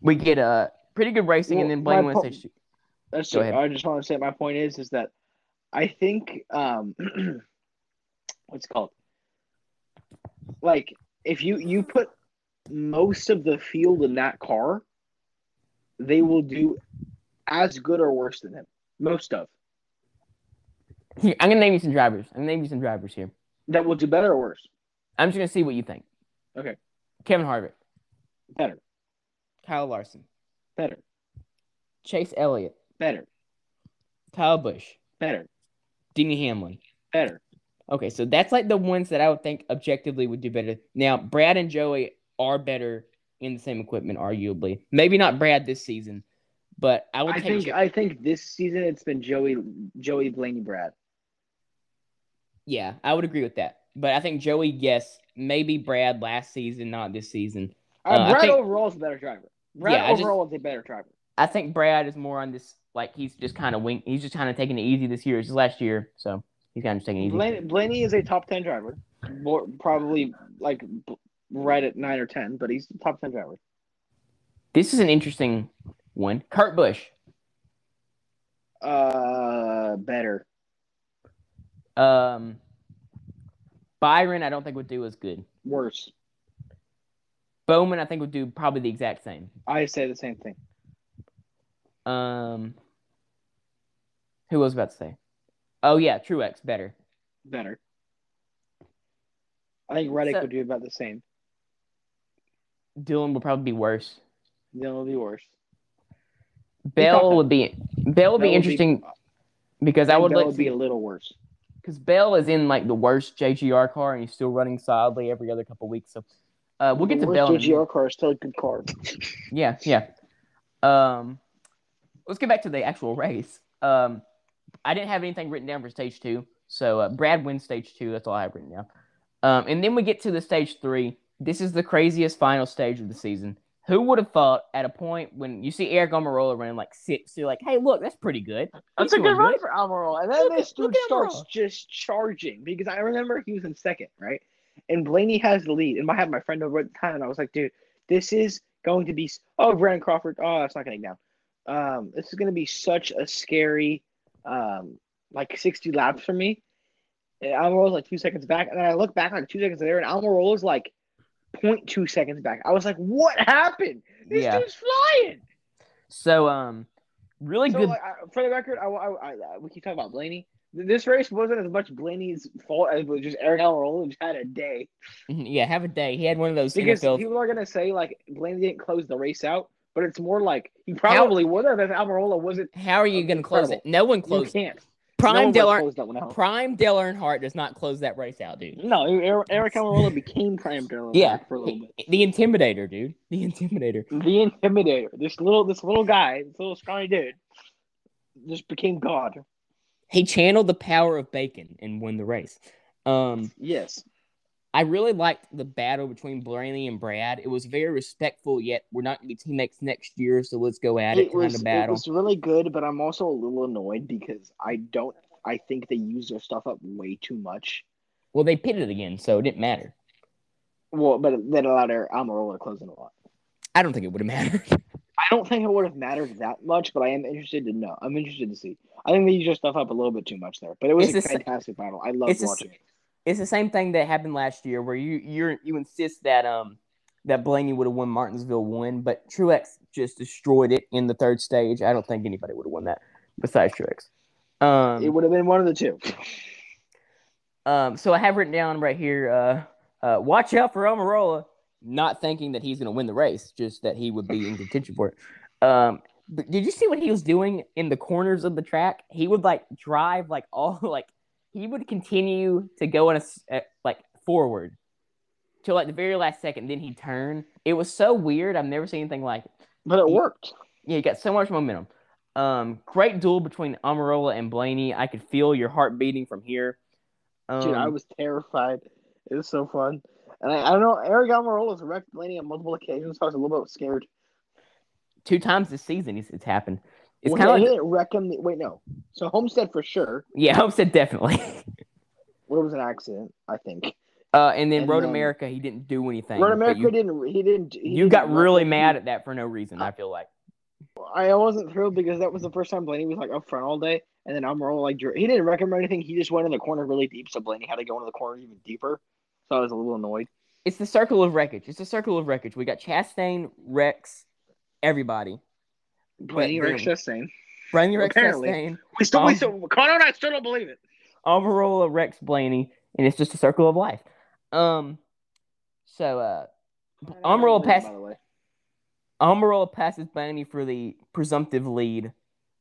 Speaker 1: we get a pretty good racing, and
Speaker 3: Well,
Speaker 1: then Blaine
Speaker 3: my
Speaker 1: wins
Speaker 3: po-
Speaker 1: stage two.
Speaker 3: That's
Speaker 1: Go
Speaker 3: true.
Speaker 1: ahead.
Speaker 3: I just want to say my point is is that I think um what's it called like if you you put most of the field in that car, they will do as good or worse than him. Most of
Speaker 1: Here, I'm gonna name you some drivers. I'm gonna name you some drivers here.
Speaker 3: that will do better or worse.
Speaker 1: I'm just gonna see what you think.
Speaker 3: Okay.
Speaker 1: Kevin Harvick,
Speaker 3: Better,
Speaker 1: Kyle Larson,
Speaker 3: better,
Speaker 1: Chase Elliott,
Speaker 3: better,
Speaker 1: Kyle Busch,
Speaker 3: better,
Speaker 1: Denny Hamlin,
Speaker 3: better,
Speaker 1: Okay, so that's like the ones that I would think objectively would do better. Now, Brad and Joey are better in the same equipment, arguably. Maybe not Brad this season, but I would
Speaker 3: I
Speaker 1: take
Speaker 3: think uh,
Speaker 1: Jo-
Speaker 3: I think this season it's been Joey Joey Blaney Brad.
Speaker 1: yeah, I would agree with that. But I think Joey, yes, maybe Brad last season, not this season.
Speaker 3: Uh,
Speaker 1: Uh, I
Speaker 3: Brad
Speaker 1: think-
Speaker 3: overall is a better driver. Brad
Speaker 1: Yeah, I just-
Speaker 3: overall is a better driver.
Speaker 1: I think Brad is more on this like he's just kind of wing. He's just kind of taking it easy this year. It's his last year, so he's kind of just taking it easy.
Speaker 3: Blaney, Blaney is a top ten driver, more, probably like b- right at nine or ten, but he's a top ten driver.
Speaker 1: This is an interesting one. Kurt Busch,
Speaker 3: Uh, better.
Speaker 1: um, Byron, I don't think would do as good.
Speaker 3: Worse.
Speaker 1: Bowman, I think would do probably the exact same.
Speaker 3: I say the same thing.
Speaker 1: Um, who was I about to say? Oh yeah, Truex better.
Speaker 3: Better. I think Reddick
Speaker 1: So-
Speaker 3: would do about the same.
Speaker 1: Dylan would probably be worse.
Speaker 3: Then it'll be worse.
Speaker 1: Bell would be Bell would
Speaker 3: That
Speaker 1: be interesting because I would
Speaker 3: Bell
Speaker 1: like
Speaker 3: would be a little worse.
Speaker 1: because Bell is in like the worst JGR car and he's still running solidly every other couple weeks. So uh, we'll get
Speaker 3: the
Speaker 1: to Bell. in a
Speaker 3: Worst
Speaker 1: minute.
Speaker 3: GR car is still a good car.
Speaker 1: Yeah, yeah. Um, let's get back to the actual race. Um, I didn't have anything written down for stage two, so uh, Brad wins stage two. That's all I have written down. Um, and then we get to the stage three. This is the craziest final stage of the season. Who would have thought at a point when you see Eric Almirola running like six, you're like, "Hey, look, that's pretty good."
Speaker 3: That's
Speaker 1: He's
Speaker 3: a good
Speaker 1: doing
Speaker 3: run for Almirola. And then
Speaker 1: Look at-
Speaker 3: this
Speaker 1: look
Speaker 3: dude
Speaker 1: at
Speaker 3: starts
Speaker 1: Almirola.
Speaker 3: just charging because I remember he was in second, right? And Blaney has the lead. And I had my friend over at the time, and I was like, dude, this is going to be. s- Oh, Brandon Crawford. Oh, it's not getting down. Um, this is going to be such a scary, um, like 60 laps for me. And Almirola's like two seconds back. And then I look back like two seconds later, and Almirola's like 0.2 seconds back. I was like, what happened? This
Speaker 1: Yeah.
Speaker 3: dude's flying.
Speaker 1: So, um, really
Speaker 3: So,
Speaker 1: good.
Speaker 3: like, I- for the record, I, I, I- we keep talking about Blaney. Th- This race wasn't as much Blaney's fault as it was just Eric Almirola just had a day.
Speaker 1: yeah, have a day. He had one of those
Speaker 3: Because
Speaker 1: NFL
Speaker 3: people are gonna say like Blaney didn't close the race out, but it's more like he probably would have if Almirola wasn't.
Speaker 1: How are you going to close it?
Speaker 3: Incredible.
Speaker 1: No one
Speaker 3: You
Speaker 1: closed. it.
Speaker 3: can't. no
Speaker 1: Prime
Speaker 3: one
Speaker 1: Dale Earn-
Speaker 3: closed that one out.
Speaker 1: Prime Dale Earnhardt does not close that race out, dude.
Speaker 3: No, Eric, Eric Almirola became Prime Dale
Speaker 1: Yeah,
Speaker 3: for a little bit.
Speaker 1: the Intimidator, dude. The Intimidator.
Speaker 3: The Intimidator, this little this little guy, this little scrawny dude, just became God.
Speaker 1: He channeled the power of Bacon and won the race. Um,
Speaker 3: Yes,
Speaker 1: I really liked the battle between Blaney and Brad. It was very respectful, yet we're not going to be teammates next year, so let's go at it, kind
Speaker 3: was,
Speaker 1: of battle.
Speaker 3: It was really good, but I'm also a little annoyed because I don't. I think they use their stuff up way too much.
Speaker 1: Well, they pitted again, so it didn't matter.
Speaker 3: Well, but that allowed Air Almirola to close in a lot.
Speaker 1: I don't think it would have mattered.
Speaker 3: I don't think it would have mattered that much, but I am interested to know. I'm interested to see. I think they used their stuff up a little bit too much there, but it was
Speaker 1: It's
Speaker 3: a
Speaker 1: the s-
Speaker 3: fantastic battle. I loved
Speaker 1: it's the s-
Speaker 3: watching it.
Speaker 1: it's the same thing that happened last year, where you you you insist that um that Blaney would have won Martinsville one, but Truex just destroyed it in the third stage. I don't think anybody would have won that besides Truex. Um,
Speaker 3: It would have been one of the two.
Speaker 1: Um, so I have written down right here. Uh, uh, watch out for Omarola. Not thinking that he's going to win the race, just that he would be in contention for it. Um, but did you see what he was doing in the corners of the track? He would like drive like all like he would continue to go in a s- uh, like forward till like the very last second. Then he turn. It was so weird. I've never seen anything like it.
Speaker 3: But it
Speaker 1: Yeah.
Speaker 3: worked.
Speaker 1: Yeah, you got so much momentum. Um, great duel between Omarola and Blaney. I could feel your heart beating from here. Um,
Speaker 3: Dude, I was terrified. It was so fun. And I, I don't know, Eric Almirola's wrecked Blaney on multiple occasions, so I was a little bit scared.
Speaker 1: two times this season it's, it's happened. It's
Speaker 3: Well,
Speaker 1: kind of
Speaker 3: he
Speaker 1: like,
Speaker 3: didn't wreck him. Wait, no. So Homestead for sure.
Speaker 1: yeah, Hope said definitely.
Speaker 3: Well, it was an accident, I think.
Speaker 1: Uh, and then
Speaker 3: And
Speaker 1: Road
Speaker 3: then-
Speaker 1: America, he didn't do anything.
Speaker 3: Road
Speaker 1: but
Speaker 3: America
Speaker 1: you,
Speaker 3: didn't. He didn't. He
Speaker 1: you got
Speaker 3: didn't-
Speaker 1: really mad at that for no reason. I feel like
Speaker 3: I wasn't thrilled because that was the first time Blaney was like up front all day, and then Amarola like drew. He didn't wreck him or anything. He just went in the corner really deep, so Blaney had to go into the corner even deeper. So I was a little annoyed.
Speaker 1: it's the circle of wreckage. It's the circle of wreckage. We got Chastain, Rex, everybody.
Speaker 3: Blaney
Speaker 1: But
Speaker 3: wrecked
Speaker 1: then-
Speaker 3: Chastain.
Speaker 1: Blaney, Rex,
Speaker 3: Apparently.
Speaker 1: Chastain,
Speaker 3: We still, we
Speaker 1: Um,
Speaker 3: still, Connor and I still don't believe it.
Speaker 1: Almirola, Rex, Blaney, and it's just a circle of life. Um, so uh, Almirola passed.
Speaker 3: By the way,
Speaker 1: Almirola passes Blaney for the presumptive lead.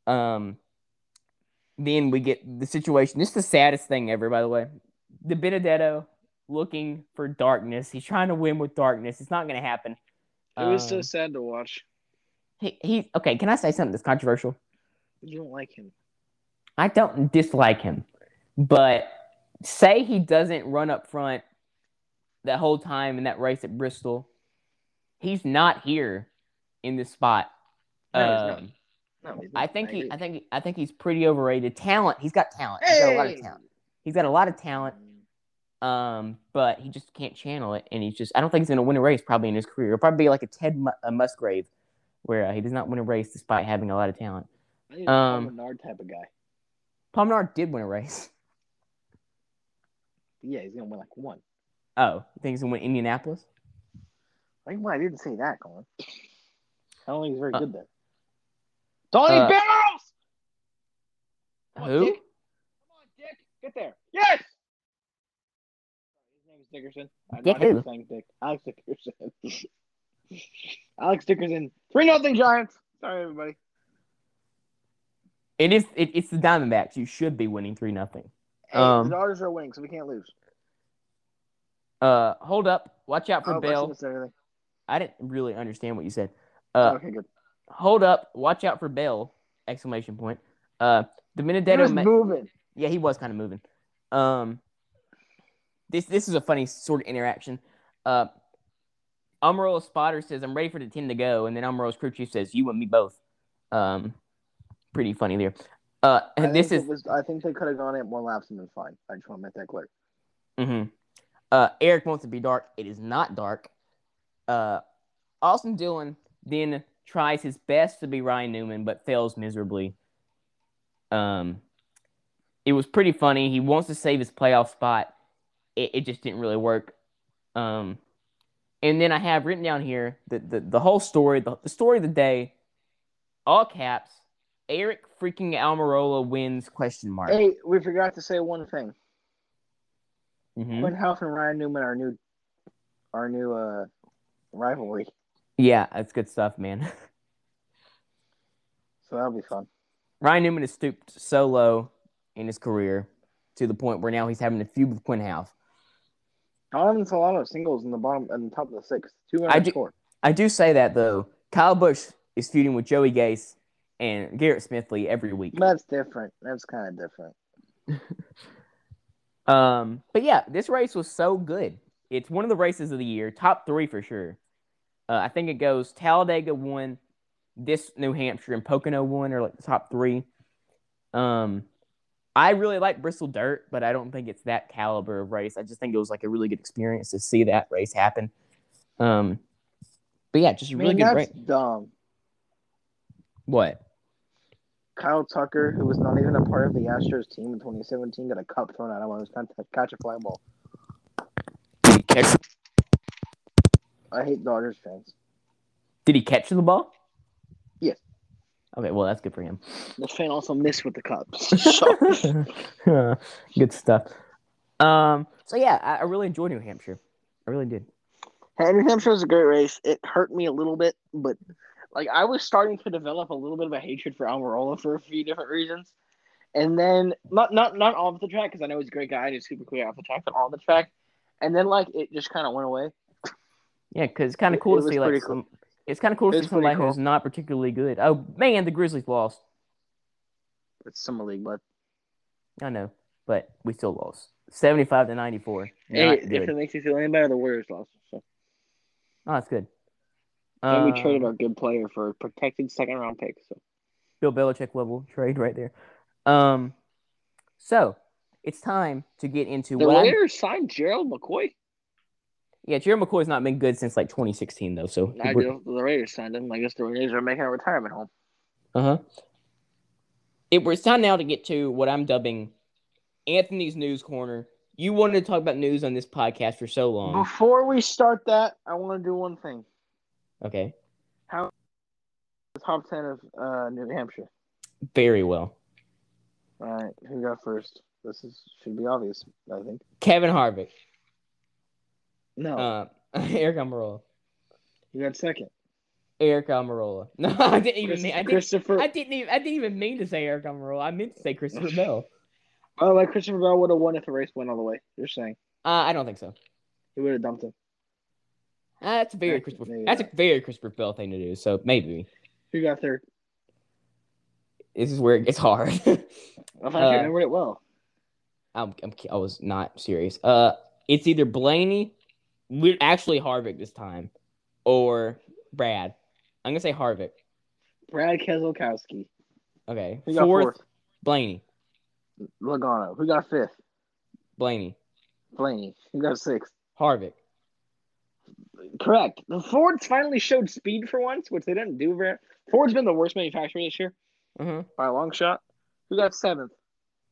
Speaker 1: Um, then we get the situation. This is the saddest thing ever, by the way. the Benedetto looking for darkness. He's trying to win with darkness. It's not going to happen.
Speaker 3: It was
Speaker 1: Um,
Speaker 3: so sad to watch.
Speaker 1: he, he okay. Can I say something that's controversial?
Speaker 3: You don't like him.
Speaker 1: I don't dislike him, but say he doesn't run up front that whole time in that race at Bristol, he's not here in this spot.
Speaker 3: No, he's not.
Speaker 1: Um,
Speaker 3: No, he's not.
Speaker 1: I think he,
Speaker 3: agree.
Speaker 1: I think, I think he's pretty overrated. Talent, he's got talent. He's got a lot of
Speaker 3: Hey!
Speaker 1: talent. He's got a lot of talent. Um, but he just can't channel it, and he's just—I don't think he's gonna win a race probably in his career. It'll probably be like a Ted Mu- a Musgrave, where uh, he does not win a race despite having a lot of talent.
Speaker 3: I think he's a Paul
Speaker 1: um,
Speaker 3: Menard type of guy.
Speaker 1: Palminar did win a race.
Speaker 3: Yeah, he's gonna win like one.
Speaker 1: Oh, you think he's gonna win Indianapolis?
Speaker 3: Like, why I didn't say that, Colin? I don't think he's very
Speaker 1: Uh,
Speaker 3: good there. Donnie
Speaker 1: uh,
Speaker 3: Barrows! Come on,
Speaker 1: Who?
Speaker 3: Dick. Come on, Dick. Get there. Yes! His name is Dickerson. I
Speaker 4: Dick
Speaker 3: know I
Speaker 4: who?
Speaker 3: keep saying Dick. Alex Dickerson. Alex Dickerson. 3 nothing Giants. Sorry, everybody.
Speaker 1: It is. It, it's the Diamondbacks. You should be winning three nothing.
Speaker 3: Hey,
Speaker 1: Um,
Speaker 3: the Dodgers are winning, so we can't lose.
Speaker 1: Uh, hold up. Watch out for
Speaker 3: Oh, I
Speaker 1: Bell.
Speaker 3: should've said anything.
Speaker 1: I didn't really understand what you said. Uh,
Speaker 3: okay, good.
Speaker 1: hold up. Watch out for Bell! Exclamation point. Uh, the
Speaker 3: He
Speaker 1: Benedetto.
Speaker 3: was
Speaker 1: ma-
Speaker 3: moving.
Speaker 1: yeah, he was kind of moving. Um, this this is a funny sort of interaction. Uh, Umbro's spotter says, "I'm ready for the ten to go," and then Umbro's crew chief says, "You and me both." Um, pretty funny there. Uh,
Speaker 3: I
Speaker 1: and this
Speaker 3: think
Speaker 1: is
Speaker 3: it was, I think they could have gone in more laps and been fine. I just want to make that clear.
Speaker 1: hmm Uh, Eric wants to be dark. It is not dark. Uh, Austin Dillon then tries his best to be Ryan Newman, but fails miserably. Um, it was pretty funny. He wants to save his playoff spot. It, it just didn't really work. Um, and then I have written down here the the, the whole story, the, the story of the day, all caps. Eric freaking Almirola wins? Question mark.
Speaker 3: Hey, we forgot to say one thing.
Speaker 1: Mhm.
Speaker 3: Quinn Houff and Ryan Newman are new, our new uh, rivalry.
Speaker 1: Yeah, that's good stuff, man.
Speaker 3: So that'll be fun.
Speaker 1: Ryan Newman has stooped so low in his career to the point where now he's having a feud with Quinn House.
Speaker 3: Donovan Solano singles in the bottom and the top of the sixth. Two
Speaker 1: I
Speaker 3: runs
Speaker 1: ju-
Speaker 3: score.
Speaker 1: I do say that though. Kyle Bush is feuding with Joey Gase and Garrett Smithley every week.
Speaker 3: That's different. That's kind of different.
Speaker 1: Um, but yeah, this race was so good. It's one of the races of the year, top three for sure. Uh, I think it goes Talladega one, this New Hampshire and Pocono one are like the top three. Um, I really like Bristol Dirt, but I don't think it's that caliber of race. I just think it was like a really good experience to see that race happen. Um, but yeah, just a
Speaker 3: I
Speaker 1: really
Speaker 3: mean,
Speaker 1: good
Speaker 3: that's
Speaker 1: race.
Speaker 3: dumb.
Speaker 1: What?
Speaker 3: Kyle Tucker, who was not even a part of the Astros team in 2017, got a cup thrown at him on his trying to catch a fly ball.
Speaker 1: Did he catch?
Speaker 3: I hate Dodgers fans.
Speaker 1: Did he catch the ball?
Speaker 3: Yes.
Speaker 1: Okay, well that's good for him.
Speaker 3: The fan also missed with the cups.
Speaker 1: Good stuff. Um, so yeah, I, I really enjoyed New Hampshire. I really did.
Speaker 3: Hey, New Hampshire was a great race. It hurt me a little bit, but like I was starting to develop a little bit of a hatred for Almirola for a few different reasons, and then not not not off the track because I know he's a great guy and he's super clear off the track, but on the track, and then like it just kind of went away.
Speaker 1: Yeah, because it's kind
Speaker 3: It-
Speaker 1: of cool
Speaker 3: it
Speaker 1: to
Speaker 3: was
Speaker 1: see like
Speaker 3: pretty cool.
Speaker 1: some. It's kind of cool to
Speaker 3: It's
Speaker 1: see somebody
Speaker 3: pretty cool.
Speaker 1: who's not particularly good. Oh man, the Grizzlies lost.
Speaker 3: It's summer league, but
Speaker 1: I know, but we still lost, seventy-five to ninety-four. Not
Speaker 3: Hey, if
Speaker 1: good.
Speaker 3: it makes you feel any better, the Warriors lost. So
Speaker 1: Oh, that's good.
Speaker 3: and
Speaker 1: Uh,
Speaker 3: we traded our good player for a protected second round pick. So
Speaker 1: Bill Belichick level trade right there. Um, so it's time to get into
Speaker 3: the
Speaker 1: what I'm-
Speaker 3: Warriors signed Gerald McCoy.
Speaker 1: yeah, Jerry McCoy's not been good since like 2016 though. So
Speaker 3: I do. The Raiders signed him. I guess the Raiders are making a retirement home.
Speaker 1: Uh huh. It, it's time now to get to what I'm dubbing Anthony's News Corner. You wanted to talk about news on this podcast for so long.
Speaker 3: Before we start that, I want to do one thing.
Speaker 1: Okay.
Speaker 3: How the top ten of uh, New Hampshire?
Speaker 1: Very well.
Speaker 3: All right, who got first? This is should be obvious, I think.
Speaker 1: Kevin Harvick.
Speaker 3: No,
Speaker 1: Uh, Eric Almirola.
Speaker 3: you got second.
Speaker 1: Eric Almirola. No, I didn't even
Speaker 3: Chris-
Speaker 1: mean I didn't,
Speaker 3: Christopher.
Speaker 1: I didn't even I didn't even mean to say Eric Almirola. I meant to say Christopher Bell.
Speaker 2: Well, like Christian Rivera would have won if the race went all the way. You're saying
Speaker 1: Uh, I don't think so.
Speaker 2: he would have dumped him.
Speaker 1: Uh, that's a very
Speaker 2: Maybe
Speaker 1: Christopher.
Speaker 2: not.
Speaker 1: That's a very Christopher Bell thing to do. So maybe
Speaker 2: Who got third?
Speaker 1: this is where it gets hord
Speaker 2: If I
Speaker 1: Uh,
Speaker 2: remembered it well.
Speaker 1: I'm, I'm ki- I was not serious. Uh, it's either Blaney, li- actually Harvick this time, or Brad. I'm gonna say Harvick.
Speaker 2: Brad Keselowski.
Speaker 1: Okay,
Speaker 2: Who got fourth?
Speaker 1: Blaney,
Speaker 2: Logano. Who got fifth?
Speaker 1: Blaney,
Speaker 2: Blaney. Who got sixth?
Speaker 1: Harvick.
Speaker 2: Correct. The Fords finally showed speed for once, which they didn't do very. Ford's been the worst manufacturer this year
Speaker 1: Mhm.
Speaker 2: by a long shot. Who got seventh?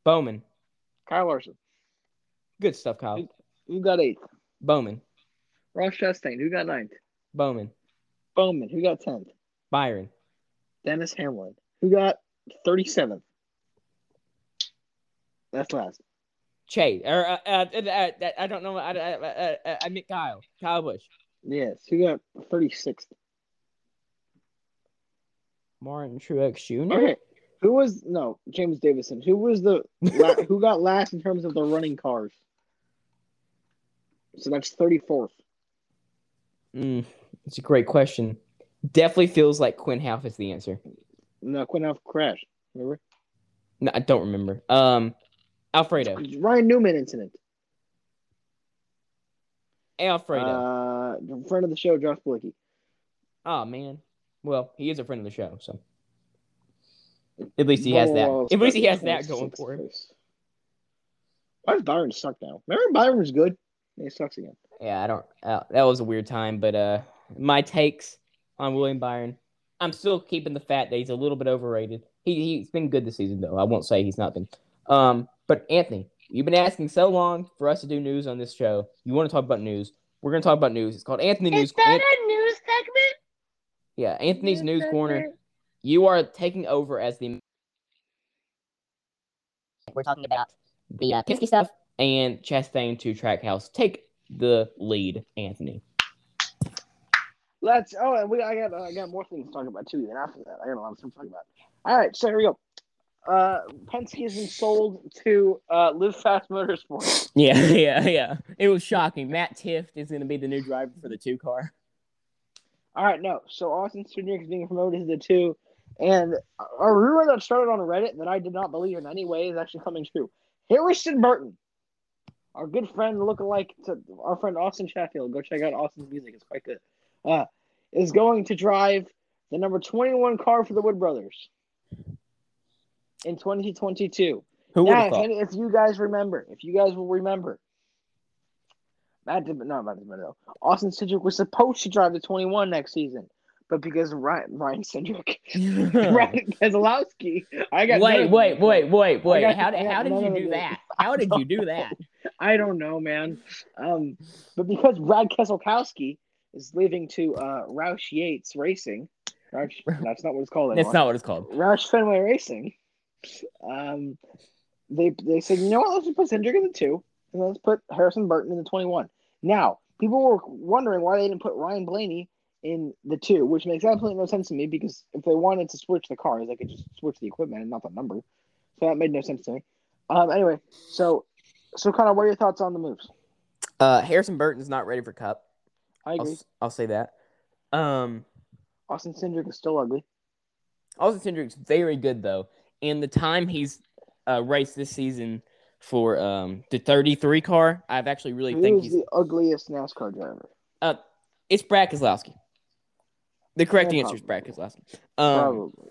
Speaker 1: Bowman,
Speaker 2: Kyle Larson.
Speaker 1: good stuff, Kyle.
Speaker 2: Who- Who got eighth?
Speaker 1: Bowman,
Speaker 2: Ross Chastain. Who got ninth?
Speaker 1: Bowman,
Speaker 2: Bowman. Who got tenth?
Speaker 1: Byron,
Speaker 2: Dennis Hamlin. Who got thirty seventh? That's last.
Speaker 1: Chase. Or uh, uh, uh, uh, uh, I don't know. I I, I, I, I meant Kyle. Kyle Bush,
Speaker 2: Yes. Who got thirty sixth?
Speaker 1: Martin Truex Jr.
Speaker 2: Okay. Who was no James Davison? Who was the la- who got last in terms of the running cars? So that's thirty fourth.
Speaker 1: Mm, it's a great question. Definitely feels like Quinn Half is the answer.
Speaker 2: No, Quinoff crashed. Remember
Speaker 1: No, I don't remember. Um, Alfredo.
Speaker 2: Ryan Newman incident.
Speaker 1: Hey, Alfredo.
Speaker 2: Uh, friend of the show, Josh Blicky.
Speaker 1: oh man. Well, he is a friend of the show, so at least he has that.
Speaker 2: Morales
Speaker 1: At least he
Speaker 2: got
Speaker 1: has that going
Speaker 2: 26th
Speaker 1: for him.
Speaker 2: place. Why does Byron suck now? Remember Byron was good. Yeah, He sucks again.
Speaker 1: Yeah, I don't. Uh, that was a weird time, but uh, my takes on William Byron. I'm still keeping the fact that he's a little bit overrated. He he's been good this season though. I won't say he's not been. Um, but Anthony, you've been asking so long for us to do news on this show. You want to talk about news? We're gonna talk about news. It's called Anthony
Speaker 3: Is
Speaker 1: News.
Speaker 3: that
Speaker 1: An-
Speaker 3: a news segment?
Speaker 1: yeah, Anthony's News Corner.
Speaker 3: segment?
Speaker 1: You are taking over as the
Speaker 4: We're talking about the uh, Penske stuff.
Speaker 1: and Chastain to Trackhouse. Take the lead, Anthony.
Speaker 2: Let's. Oh, and we. I got. I got more things to talk about too. And after that, I got a lot of stuff to talk about. All right, so here we go. Uh, Penske has been sold to uh, Live Fast Motorsports.
Speaker 1: Yeah, yeah, yeah. It was shocking. Matt Tift is going to be the new driver for the two car.
Speaker 2: All right, no. So Austin Cindric is being promoted to the two, and a rumor that started on Reddit that I did not believe in any way is actually coming true. Harrison Burton, our good friend, lookalike to our friend Austin Sheffield. Go check out Austin's music; it's quite good. Uh, is going to drive the number twenty-one car for the Wood Brothers in twenty twenty-two.
Speaker 1: Who would
Speaker 2: Yeah,
Speaker 1: have
Speaker 2: if,
Speaker 1: thought?
Speaker 2: any- if you guys remember, if you guys will remember, Matt did not Matt did though. Austin Cedric was supposed to drive the 21 next season, but because Ryan Ryan Cedric, Ryan Keselowski, I got
Speaker 1: wait,
Speaker 2: none.
Speaker 1: wait, wait, wait, wait.
Speaker 2: I got-
Speaker 1: How, did-
Speaker 2: I got
Speaker 1: how did
Speaker 2: none
Speaker 1: you
Speaker 2: of
Speaker 1: do
Speaker 2: it.
Speaker 1: that? How did you do that?
Speaker 2: I don't know, man. Um, but because Brad Keselowski is leaving to uh, Roush Yates Racing, Roush, that's not what it's called.
Speaker 1: That's
Speaker 2: anymore.
Speaker 1: not what it's called.
Speaker 2: Roush Fenway Racing, um, they they said, you know what, let's just put Cindric in the two, and let's put Harrison Burton in the twenty-one. Now, people were wondering why they didn't put Ryan Blaney in the two, which makes absolutely no sense to me because if they wanted to switch the cars, they could just switch the equipment and not the number. So that made no sense to me. Um, anyway, so so kind of what are your thoughts on the moves?
Speaker 1: Uh, Harrison Burton's not ready for Cup.
Speaker 2: I
Speaker 1: I'll,
Speaker 2: agree.
Speaker 1: s- I'll say that. Um,
Speaker 2: Austin Cindric is still ugly.
Speaker 1: Austin Cindric's very good though. And the time he's uh, raced this season for um, the 33 car, I've actually really
Speaker 2: He
Speaker 1: think
Speaker 2: is
Speaker 1: he's
Speaker 2: the ugliest NASCAR driver.
Speaker 1: Uh, it's Brad Keselowski. The correct
Speaker 2: Yeah,
Speaker 1: answer is Brad Keselowski. Um,
Speaker 2: Probably.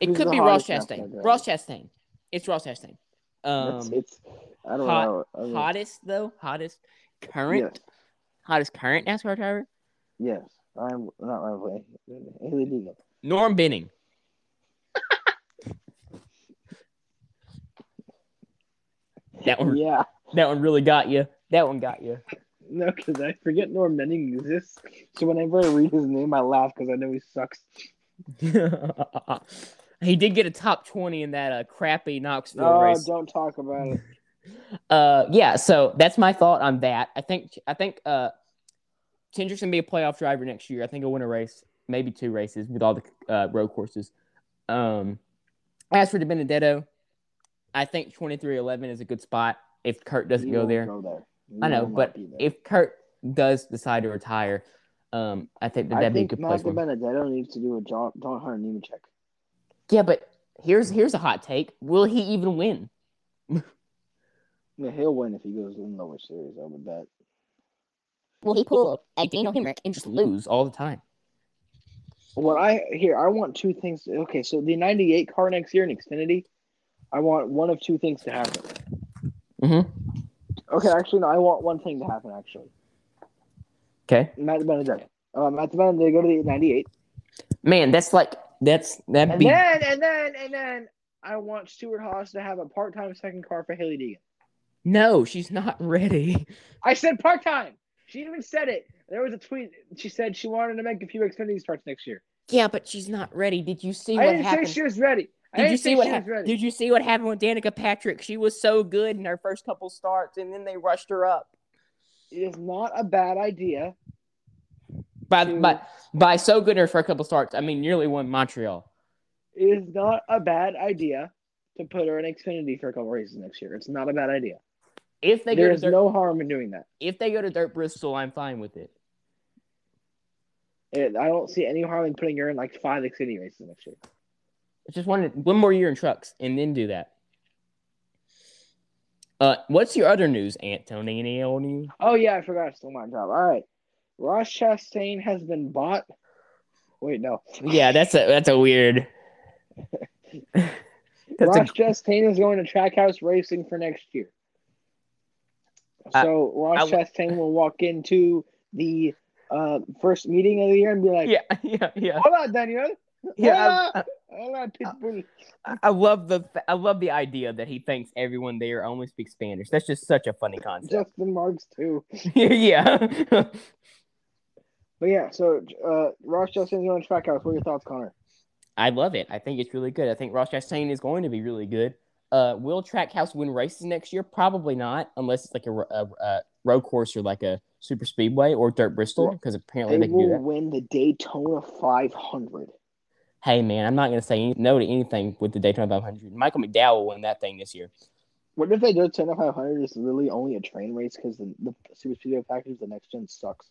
Speaker 1: it
Speaker 2: Who's
Speaker 1: could
Speaker 2: the
Speaker 1: be Ross
Speaker 2: hottest
Speaker 1: Chastain.
Speaker 2: NASCAR driver?
Speaker 1: Ross Chastain. It's Ross Chastain.
Speaker 2: it's,
Speaker 1: Um,
Speaker 2: it's I don't
Speaker 1: hot-
Speaker 2: know. I mean,
Speaker 1: hottest though, hottest current,
Speaker 2: Yes.
Speaker 1: hottest current NASCAR driver,
Speaker 2: Yes, I'm not Ryan Blaney. Haley Deegan.
Speaker 1: Norm Benning. that one,
Speaker 2: Yeah,
Speaker 1: that one really got you. That one got you.
Speaker 2: no, because I forget Norm Manning exists. So whenever I read his name, I laugh because I know he sucks.
Speaker 1: he did get a top twenty in that uh, crappy Knoxville
Speaker 3: Oh,
Speaker 2: No,
Speaker 1: race.
Speaker 2: Oh, don't talk about it.
Speaker 1: Uh, yeah. So that's my thought on that. I think I think uh, Kendrick's gonna be a playoff driver next year. I think he'll win a race, maybe two races with all the uh, road courses. Um, as for De Benedetto, I think twenty three eleven is a good spot if Kurt doesn't
Speaker 3: You
Speaker 1: go
Speaker 3: won't
Speaker 1: there.
Speaker 3: Go there. You
Speaker 1: I know,
Speaker 3: will not
Speaker 1: but
Speaker 3: be there.
Speaker 1: If Kurt does decide to retire, um, I think that
Speaker 3: I
Speaker 1: that'd be a
Speaker 3: think
Speaker 1: good place.
Speaker 3: Malcolm
Speaker 1: for him.
Speaker 3: Benedetto needs to do a John, John Hunter Nemechek.
Speaker 1: Yeah, but here's here's a hot take. Will he even win?
Speaker 3: Yeah, he'll win if he goes in the lower series. I would bet.
Speaker 4: Will he pull a Daniel Hemrick and just lose?
Speaker 1: Lose all the time.
Speaker 3: What I here, I want two things. Okay, so the '98 car next year in Xfinity, I want one of two things to happen.
Speaker 1: Mhm.
Speaker 3: Okay, actually, no, I want one thing to happen. Actually,
Speaker 1: Okay,
Speaker 3: Matt Benedetto. Uh, Matt Benedetto they go to the '98,
Speaker 1: man, that's like that's that'd
Speaker 3: and
Speaker 1: be
Speaker 3: then and then and then I want Stuart Haas to have a part-time second car for Haley Deegan.
Speaker 1: no. She's not ready.
Speaker 3: I said part-time. She even said it. There was a tweet. She said she wanted to make a few Xfinity starts next year.
Speaker 1: Yeah, but she's not ready. Did you see
Speaker 3: I
Speaker 1: what
Speaker 3: didn't
Speaker 1: happened?
Speaker 3: say she was ready. I
Speaker 1: Did you
Speaker 3: didn't
Speaker 1: see
Speaker 3: say
Speaker 1: what
Speaker 3: she was
Speaker 1: happened?
Speaker 3: ready.
Speaker 1: Did you see what happened with Danica Patrick? She was so good in her first couple starts, and then they rushed her up
Speaker 3: It is not a bad idea.
Speaker 1: by
Speaker 3: Dude.
Speaker 1: by by so good in her first couple starts. I mean, nearly won Montreal.
Speaker 3: It is not a bad idea to put her in Xfinity for a couple races next year. It's not a bad idea.
Speaker 1: If they go
Speaker 3: There
Speaker 1: to
Speaker 3: is
Speaker 1: dirt,
Speaker 3: no harm in doing that.
Speaker 1: if they go to dirt Bristol, I'm fine with it.
Speaker 3: It, I don't see any harm in putting her in like five Xfinity races next year.
Speaker 1: Just one one more year in trucks, and then do that. Uh, what's your other news, Antonio?
Speaker 3: Oh yeah, I forgot. I stole my job. All right, Ross Chastain has been bought. Wait, no.
Speaker 1: Yeah, that's a that's a weird. that's
Speaker 3: Ross
Speaker 1: a,
Speaker 3: Chastain is going to Trackhouse Racing for next year.
Speaker 1: I-
Speaker 3: So
Speaker 1: I-
Speaker 3: Ross Chastain will walk into the uh, first meeting of the year and be like,
Speaker 1: yeah, yeah, yeah,
Speaker 3: "Hola, Daniel.
Speaker 1: yeah. I-
Speaker 3: Hola, Pitbull."
Speaker 1: I, I love the I love the idea that he thinks everyone there only speaks Spanish. That's just such a funny concept.
Speaker 3: Justin Marks too.
Speaker 1: yeah.
Speaker 3: But yeah, so uh, Ross Justin's on Trackhouse. What are your thoughts, Connor?
Speaker 1: I love it. I think it's really good. I think Ross Chastain is going to be really good. Uh, will Trackhouse win races next year? Probably not, unless it's like a, ro- a, a road course or like a super speedway or dirt Bristol, because apparently
Speaker 3: They
Speaker 1: they can do
Speaker 3: will
Speaker 1: that.
Speaker 3: win the Daytona 500.
Speaker 1: Hey man, I'm not going to say any- no to anything with the Daytona 500. Michael McDowell will win that thing this year.
Speaker 3: What if they do Daytona 500 is really only a train race because the, the Super Speedway package, the next gen sucks?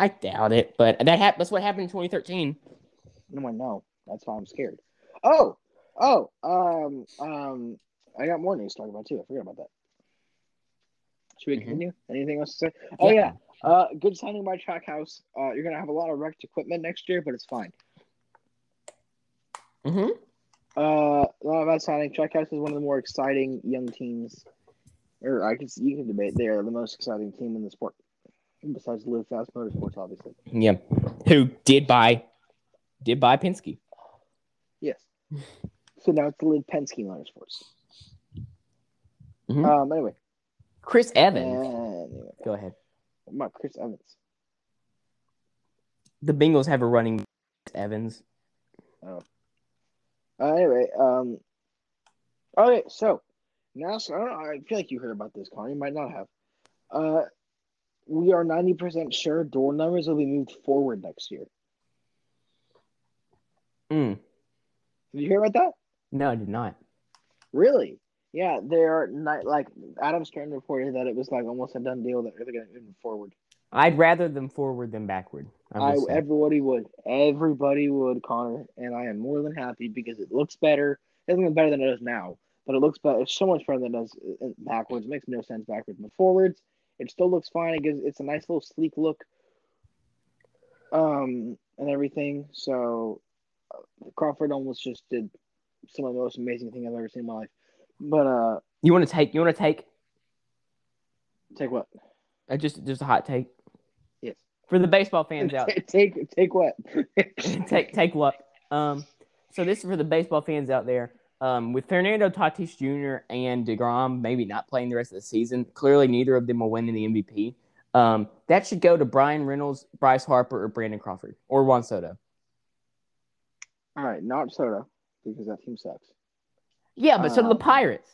Speaker 1: I doubt it, but that hap that's what happened in 2013.
Speaker 3: No, I know. That's why I'm scared. Oh, oh, um, um, I got more news to talk about too. I forgot about that. Should we
Speaker 1: Mhm.
Speaker 3: continue? Anything else to say? Oh yeah, uh, good signing by Trackhouse. Uh, you're gonna have a lot of wrecked equipment next year, but it's fine.
Speaker 1: Mhm.
Speaker 3: Uh, not a bad signing. Trackhouse is one of the more exciting young teams, or I could you can debate they are the most exciting team in the sport, besides Live Fast Motorsports, obviously.
Speaker 1: Yeah, who did buy did buy Penske?
Speaker 3: Yes. so now it's Live Penske Motorsports.
Speaker 1: Mhm.
Speaker 3: Um. Anyway.
Speaker 1: Chris Evans.
Speaker 3: Anyway,
Speaker 1: Go ahead.
Speaker 3: my Chris Evans.
Speaker 1: The Bengals have a running Chris Evans.
Speaker 3: Uh, anyway, um, all right. So now, so I don't know. I feel like you heard about this, Connor. You might not have. Uh, we are ninety percent sure door numbers will be moved forward next year.
Speaker 1: Mm.
Speaker 3: Did you hear about that?
Speaker 1: No, I did not.
Speaker 3: Really? Yeah, they are not like Adam Stern reported that it was like almost a done deal that they're going to move forward.
Speaker 1: I'd rather them forward than backward. I'm
Speaker 3: I
Speaker 1: just saying.
Speaker 3: everybody would, everybody would, Connor, and I am more than happy because it looks better. It doesn't look better than it does now, but it looks better. It's so much better than it does uh, uh, backwards. It makes no sense backwards, but forwards, it still looks fine. It gives it's a nice little sleek look, um, and everything. So uh, Crawford almost just did some of the most amazing thing I've ever seen in my life. But uh,
Speaker 1: you want to take? You want to take?
Speaker 3: take what?
Speaker 1: Uh, just just a hot take
Speaker 3: Yes.
Speaker 1: for the baseball fans out.
Speaker 3: take take what?
Speaker 1: take take luck. Um, so this is for the baseball fans out there. Um, with Fernando Tatis Jr. and Degrom maybe not playing the rest of the season, clearly neither of them will win in the MVP. Um, that should go to Brian Reynolds, Bryce Harper, or Brandon Crawford, or Juan Soto.
Speaker 3: All right, not soda because that team sucks.
Speaker 1: Yeah, but so do the
Speaker 3: Um,
Speaker 1: Pirates.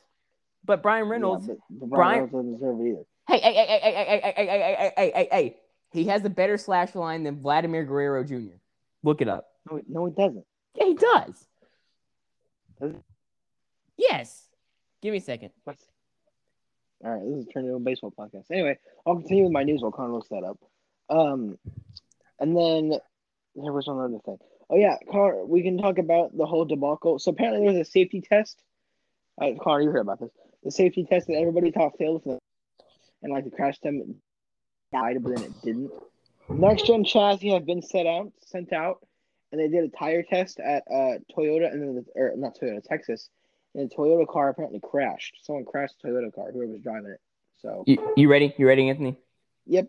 Speaker 1: But Brian Reynolds,
Speaker 3: Yeah, but- but
Speaker 1: Brian-
Speaker 3: Brian Reynolds doesn't deserve it either.
Speaker 1: hey, hey, hey, hey, hey, hey, hey, hey, hey, hey, hey, hey, hey, he has a better slash line than Vladimir Guerrero Jr. Look it up.
Speaker 3: No, it- no, it doesn't.
Speaker 1: Yeah, he does.
Speaker 3: Does he?
Speaker 1: Yes. Give me a second.
Speaker 3: All right, this is turning into a baseball podcast. Anyway, I'll continue with my news while Connor looks that up. Um, and then there was one other thing. Oh yeah, Connor, we can talk about the whole debacle. So apparently, there was a safety test. Uh, Connor, you heard about this? The safety test that everybody thought failed, for them, and like the crash them died, but then it didn't. Next gen chassis have been set out, sent out, and they did a tire test at uh Toyota and then the, or not Toyota, Texas, and the Toyota car apparently crashed. Someone crashed the Toyota car, whoever was driving it. So
Speaker 1: You, you ready? You ready, Anthony?
Speaker 3: Yep.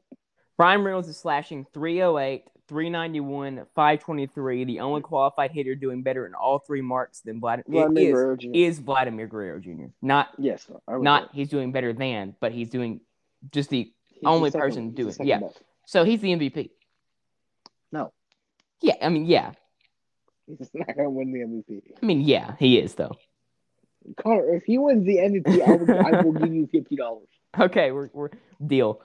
Speaker 1: Brian Reynolds is slashing 308, 391, 523. The only qualified hitter doing better in all three marks than Vladimir
Speaker 3: Vladimir
Speaker 1: is,
Speaker 3: Guerrero Jr.
Speaker 1: is Vladimir Guerrero Jr. Not
Speaker 3: yes, I would
Speaker 1: not
Speaker 3: say.
Speaker 1: he's doing better than, but he's doing just the
Speaker 3: He's the
Speaker 1: only
Speaker 3: second-
Speaker 1: person
Speaker 3: he's the
Speaker 1: doing-
Speaker 3: second
Speaker 1: yeah.
Speaker 3: best.
Speaker 1: so he's the MVP.
Speaker 3: No.
Speaker 1: Yeah, I mean yeah.
Speaker 3: He's not gonna win the MVP.
Speaker 1: I mean yeah, he is though.
Speaker 3: Connor, if he wins the MVP, I will, I will give you fifty dollars.
Speaker 1: Okay, we're, we're deal.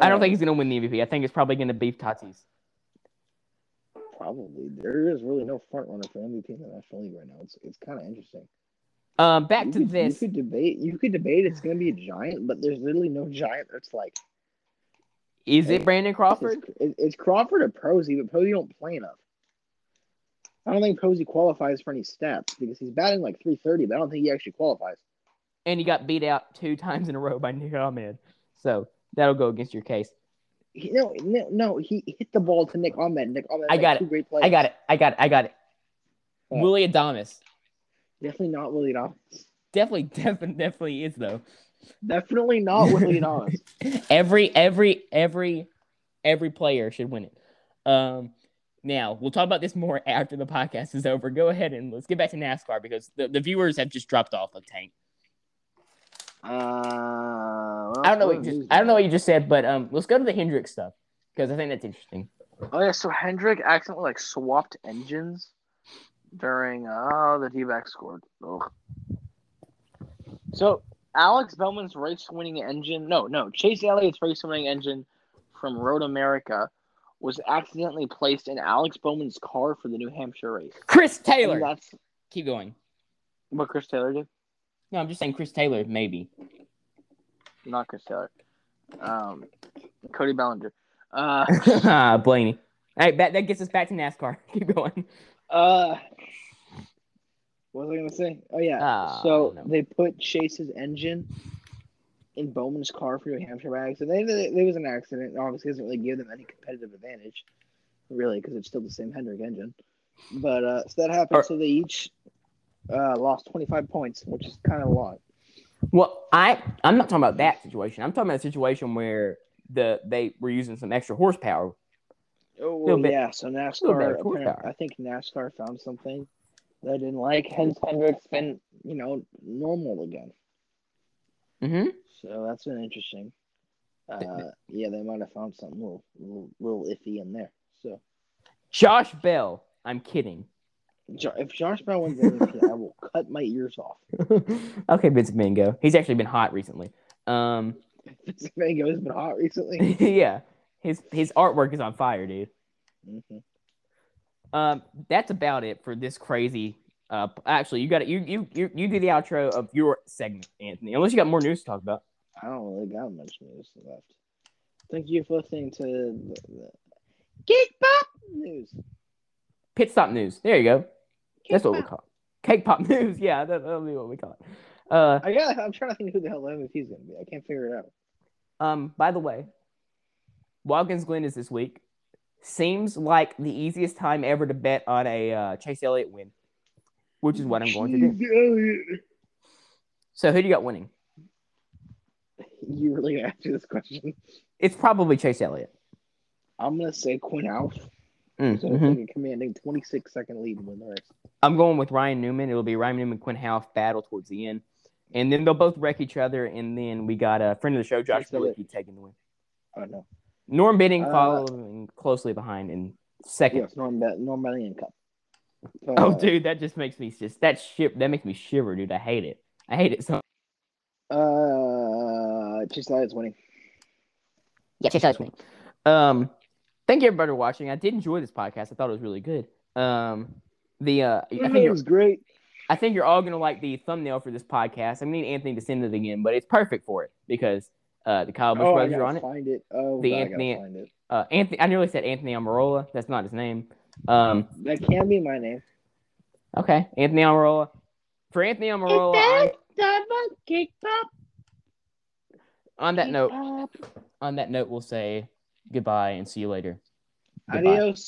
Speaker 1: I
Speaker 3: Uh,
Speaker 1: don't think he's gonna win the MVP. I think it's probably gonna be Tatis.
Speaker 3: probably there is really no front runner for MVP in the National League right now. It's it's kind of interesting.
Speaker 1: Um, back
Speaker 3: you
Speaker 1: to
Speaker 3: could,
Speaker 1: this.
Speaker 3: You could debate. You could debate. It's going to be a giant, but there's literally no giant. That's like
Speaker 1: Is
Speaker 3: Hey,
Speaker 1: it Brandon Crawford?
Speaker 3: It's, it- it's Crawford or Posey, but Posey don't play enough. I don't think Posey qualifies for any stats because he's batting like 330, but I don't think he actually qualifies.
Speaker 1: and he got beat out two times in a row by Nick Ahmed. So that'll go against your case.
Speaker 3: He, no, no, no. He hit the ball to Nick Ahmed. Nick Ahmed.
Speaker 1: I
Speaker 3: had,
Speaker 1: got
Speaker 3: like,
Speaker 1: it.
Speaker 3: Two great plays.
Speaker 1: I got it. I got it. I got it.
Speaker 3: Yeah.
Speaker 1: Willie Adamas.
Speaker 3: Definitely not Willie Dobbs.
Speaker 1: Definitely, definitely, definitely is though.
Speaker 3: Definitely not Willie Dobbs.
Speaker 1: Every, every, every, every player should win it. Um, now we'll talk about this more after the podcast is over. Go ahead and let's get back to NASCAR because the, the viewers have just dropped off a tank.
Speaker 3: Uh, well,
Speaker 1: I don't know
Speaker 3: what
Speaker 1: what you
Speaker 3: news
Speaker 1: just, I don't know
Speaker 3: do
Speaker 1: what you just said, but um, let's go to the Hendrix stuff because I think that's interesting.
Speaker 3: Oh yeah, so Hendrick accidentally like swapped engines during oh the D back scored. Ugh. So Alex Bowman's race winning engine no no Chase Elliott's race winning engine from Road America was accidentally placed in Alex Bowman's car for the New Hampshire race.
Speaker 1: Chris
Speaker 3: And
Speaker 1: Taylor,
Speaker 3: That's
Speaker 1: keep going.
Speaker 3: what Chris Taylor did.
Speaker 1: No, I'm just saying Chris Taylor maybe.
Speaker 3: Not Chris Taylor. Um Cody Bellinger. Uh
Speaker 1: ah, Blaney. All right, that, that gets us back to NASCAR. Keep going.
Speaker 3: Uh, what was I gonna say? Oh yeah.
Speaker 1: Ah,
Speaker 3: so
Speaker 1: no.
Speaker 3: they put Chase's engine in Bowman's car for New Hampshire bags, and then there there was an accident. and Obviously, doesn't really give them any competitive advantage, really, because it's still the same Hendrick engine. But uh, so that happened.
Speaker 1: Or-
Speaker 3: so they each uh, lost twenty five points, which is kind of a lot.
Speaker 1: Well, I I'm not talking about that situation. I'm talking about a situation where the they were using some extra horsepower.
Speaker 3: Oh
Speaker 1: Little bit-
Speaker 3: yeah. So NASCAR,
Speaker 1: little bit of
Speaker 3: apparent-
Speaker 1: horsepower.
Speaker 3: I think NASCAR found something they didn't like. Hence, Hendrick's been you know normal again.
Speaker 1: Mm-hmm.
Speaker 3: So that's been interesting. Uh, yeah, they might have found something little, little, little iffy in there. So
Speaker 1: Josh Bell. I'm kidding.
Speaker 3: Jo- if Josh Brown wins MVP, I will cut my ears off.
Speaker 1: okay, Vince Mingo. He's actually been hot recently. Um,
Speaker 3: This mango has been hot recently.
Speaker 1: yeah, his his artwork is on fire, dude.
Speaker 3: hmm
Speaker 1: Um, that's about it for this crazy. Uh, actually, you got you you you you do the outro of your segment, Anthony. Unless you got more news to talk about.
Speaker 3: I don't really got much news left. Thank you for listening to the, the Geek Pop News.
Speaker 1: Pit stop news. There you go. That's what we
Speaker 2: Kick
Speaker 1: call it. Cake pop news. Yeah, that, that'll be what we call it. Uh,
Speaker 3: I got. I'm trying to think who the hell the MVP is going to be. I can't figure it out.
Speaker 1: um, by the way, Watkins Glen is this week. Seems like the easiest time ever to bet on a uh, Chase Elliott win, which is what I'm going to do.
Speaker 3: do.
Speaker 1: So who do you got winning?
Speaker 3: You really gonna answer this question?
Speaker 1: It's probably Chase Elliott.
Speaker 3: I'm going to say Quinn Alf.
Speaker 1: Mm,
Speaker 3: So it's
Speaker 1: mhm.
Speaker 3: like a commanding 26 second lead to win the race.
Speaker 1: I'm going with Ryan Newman. It'll be Ryan Newman, Quinn Half battle towards the end, and then they'll both wreck each other. And then we got a friend of the show, Josh
Speaker 3: Chase Elliott.
Speaker 1: Boyke, taking the win.
Speaker 3: Oh no.
Speaker 1: Norm Bidding
Speaker 3: Uh,
Speaker 1: following closely behind in second.
Speaker 3: Yes, Norm Be- Norm Bellion Cup. Uh,
Speaker 1: Oh, dude, that just makes me just that ship that makes me shiver, dude. I hate it. I hate it so.
Speaker 3: Uh, Chase Elliott's winning.
Speaker 4: Yeah, Chase Elliott's winning.
Speaker 1: Um, thank you everybody for watching. I did enjoy this podcast. I thought it was really good. Um, the uh, I
Speaker 3: I
Speaker 1: think it-
Speaker 3: was great.
Speaker 1: I think you're all gonna like the thumbnail for this podcast. I need Anthony to send it again, but it's perfect for it because uh, the Kyle Busch
Speaker 3: oh, I
Speaker 1: brothers
Speaker 3: gotta
Speaker 1: are on it.
Speaker 3: find it. Oh,
Speaker 1: The
Speaker 3: God, I
Speaker 1: Anthony-
Speaker 3: gotta find it.
Speaker 1: Uh, Anthony, I nearly said Anthony Amarola. That's not his name. Um,
Speaker 3: That can be my name.
Speaker 1: okay, Anthony Amarola. For Anthony Amarola, I,
Speaker 2: Diamond Kick Pop.
Speaker 1: on that
Speaker 2: Kick
Speaker 1: note,
Speaker 2: Pop.
Speaker 1: on that note, we'll say goodbye and see you later. Goodbye.
Speaker 3: Adios.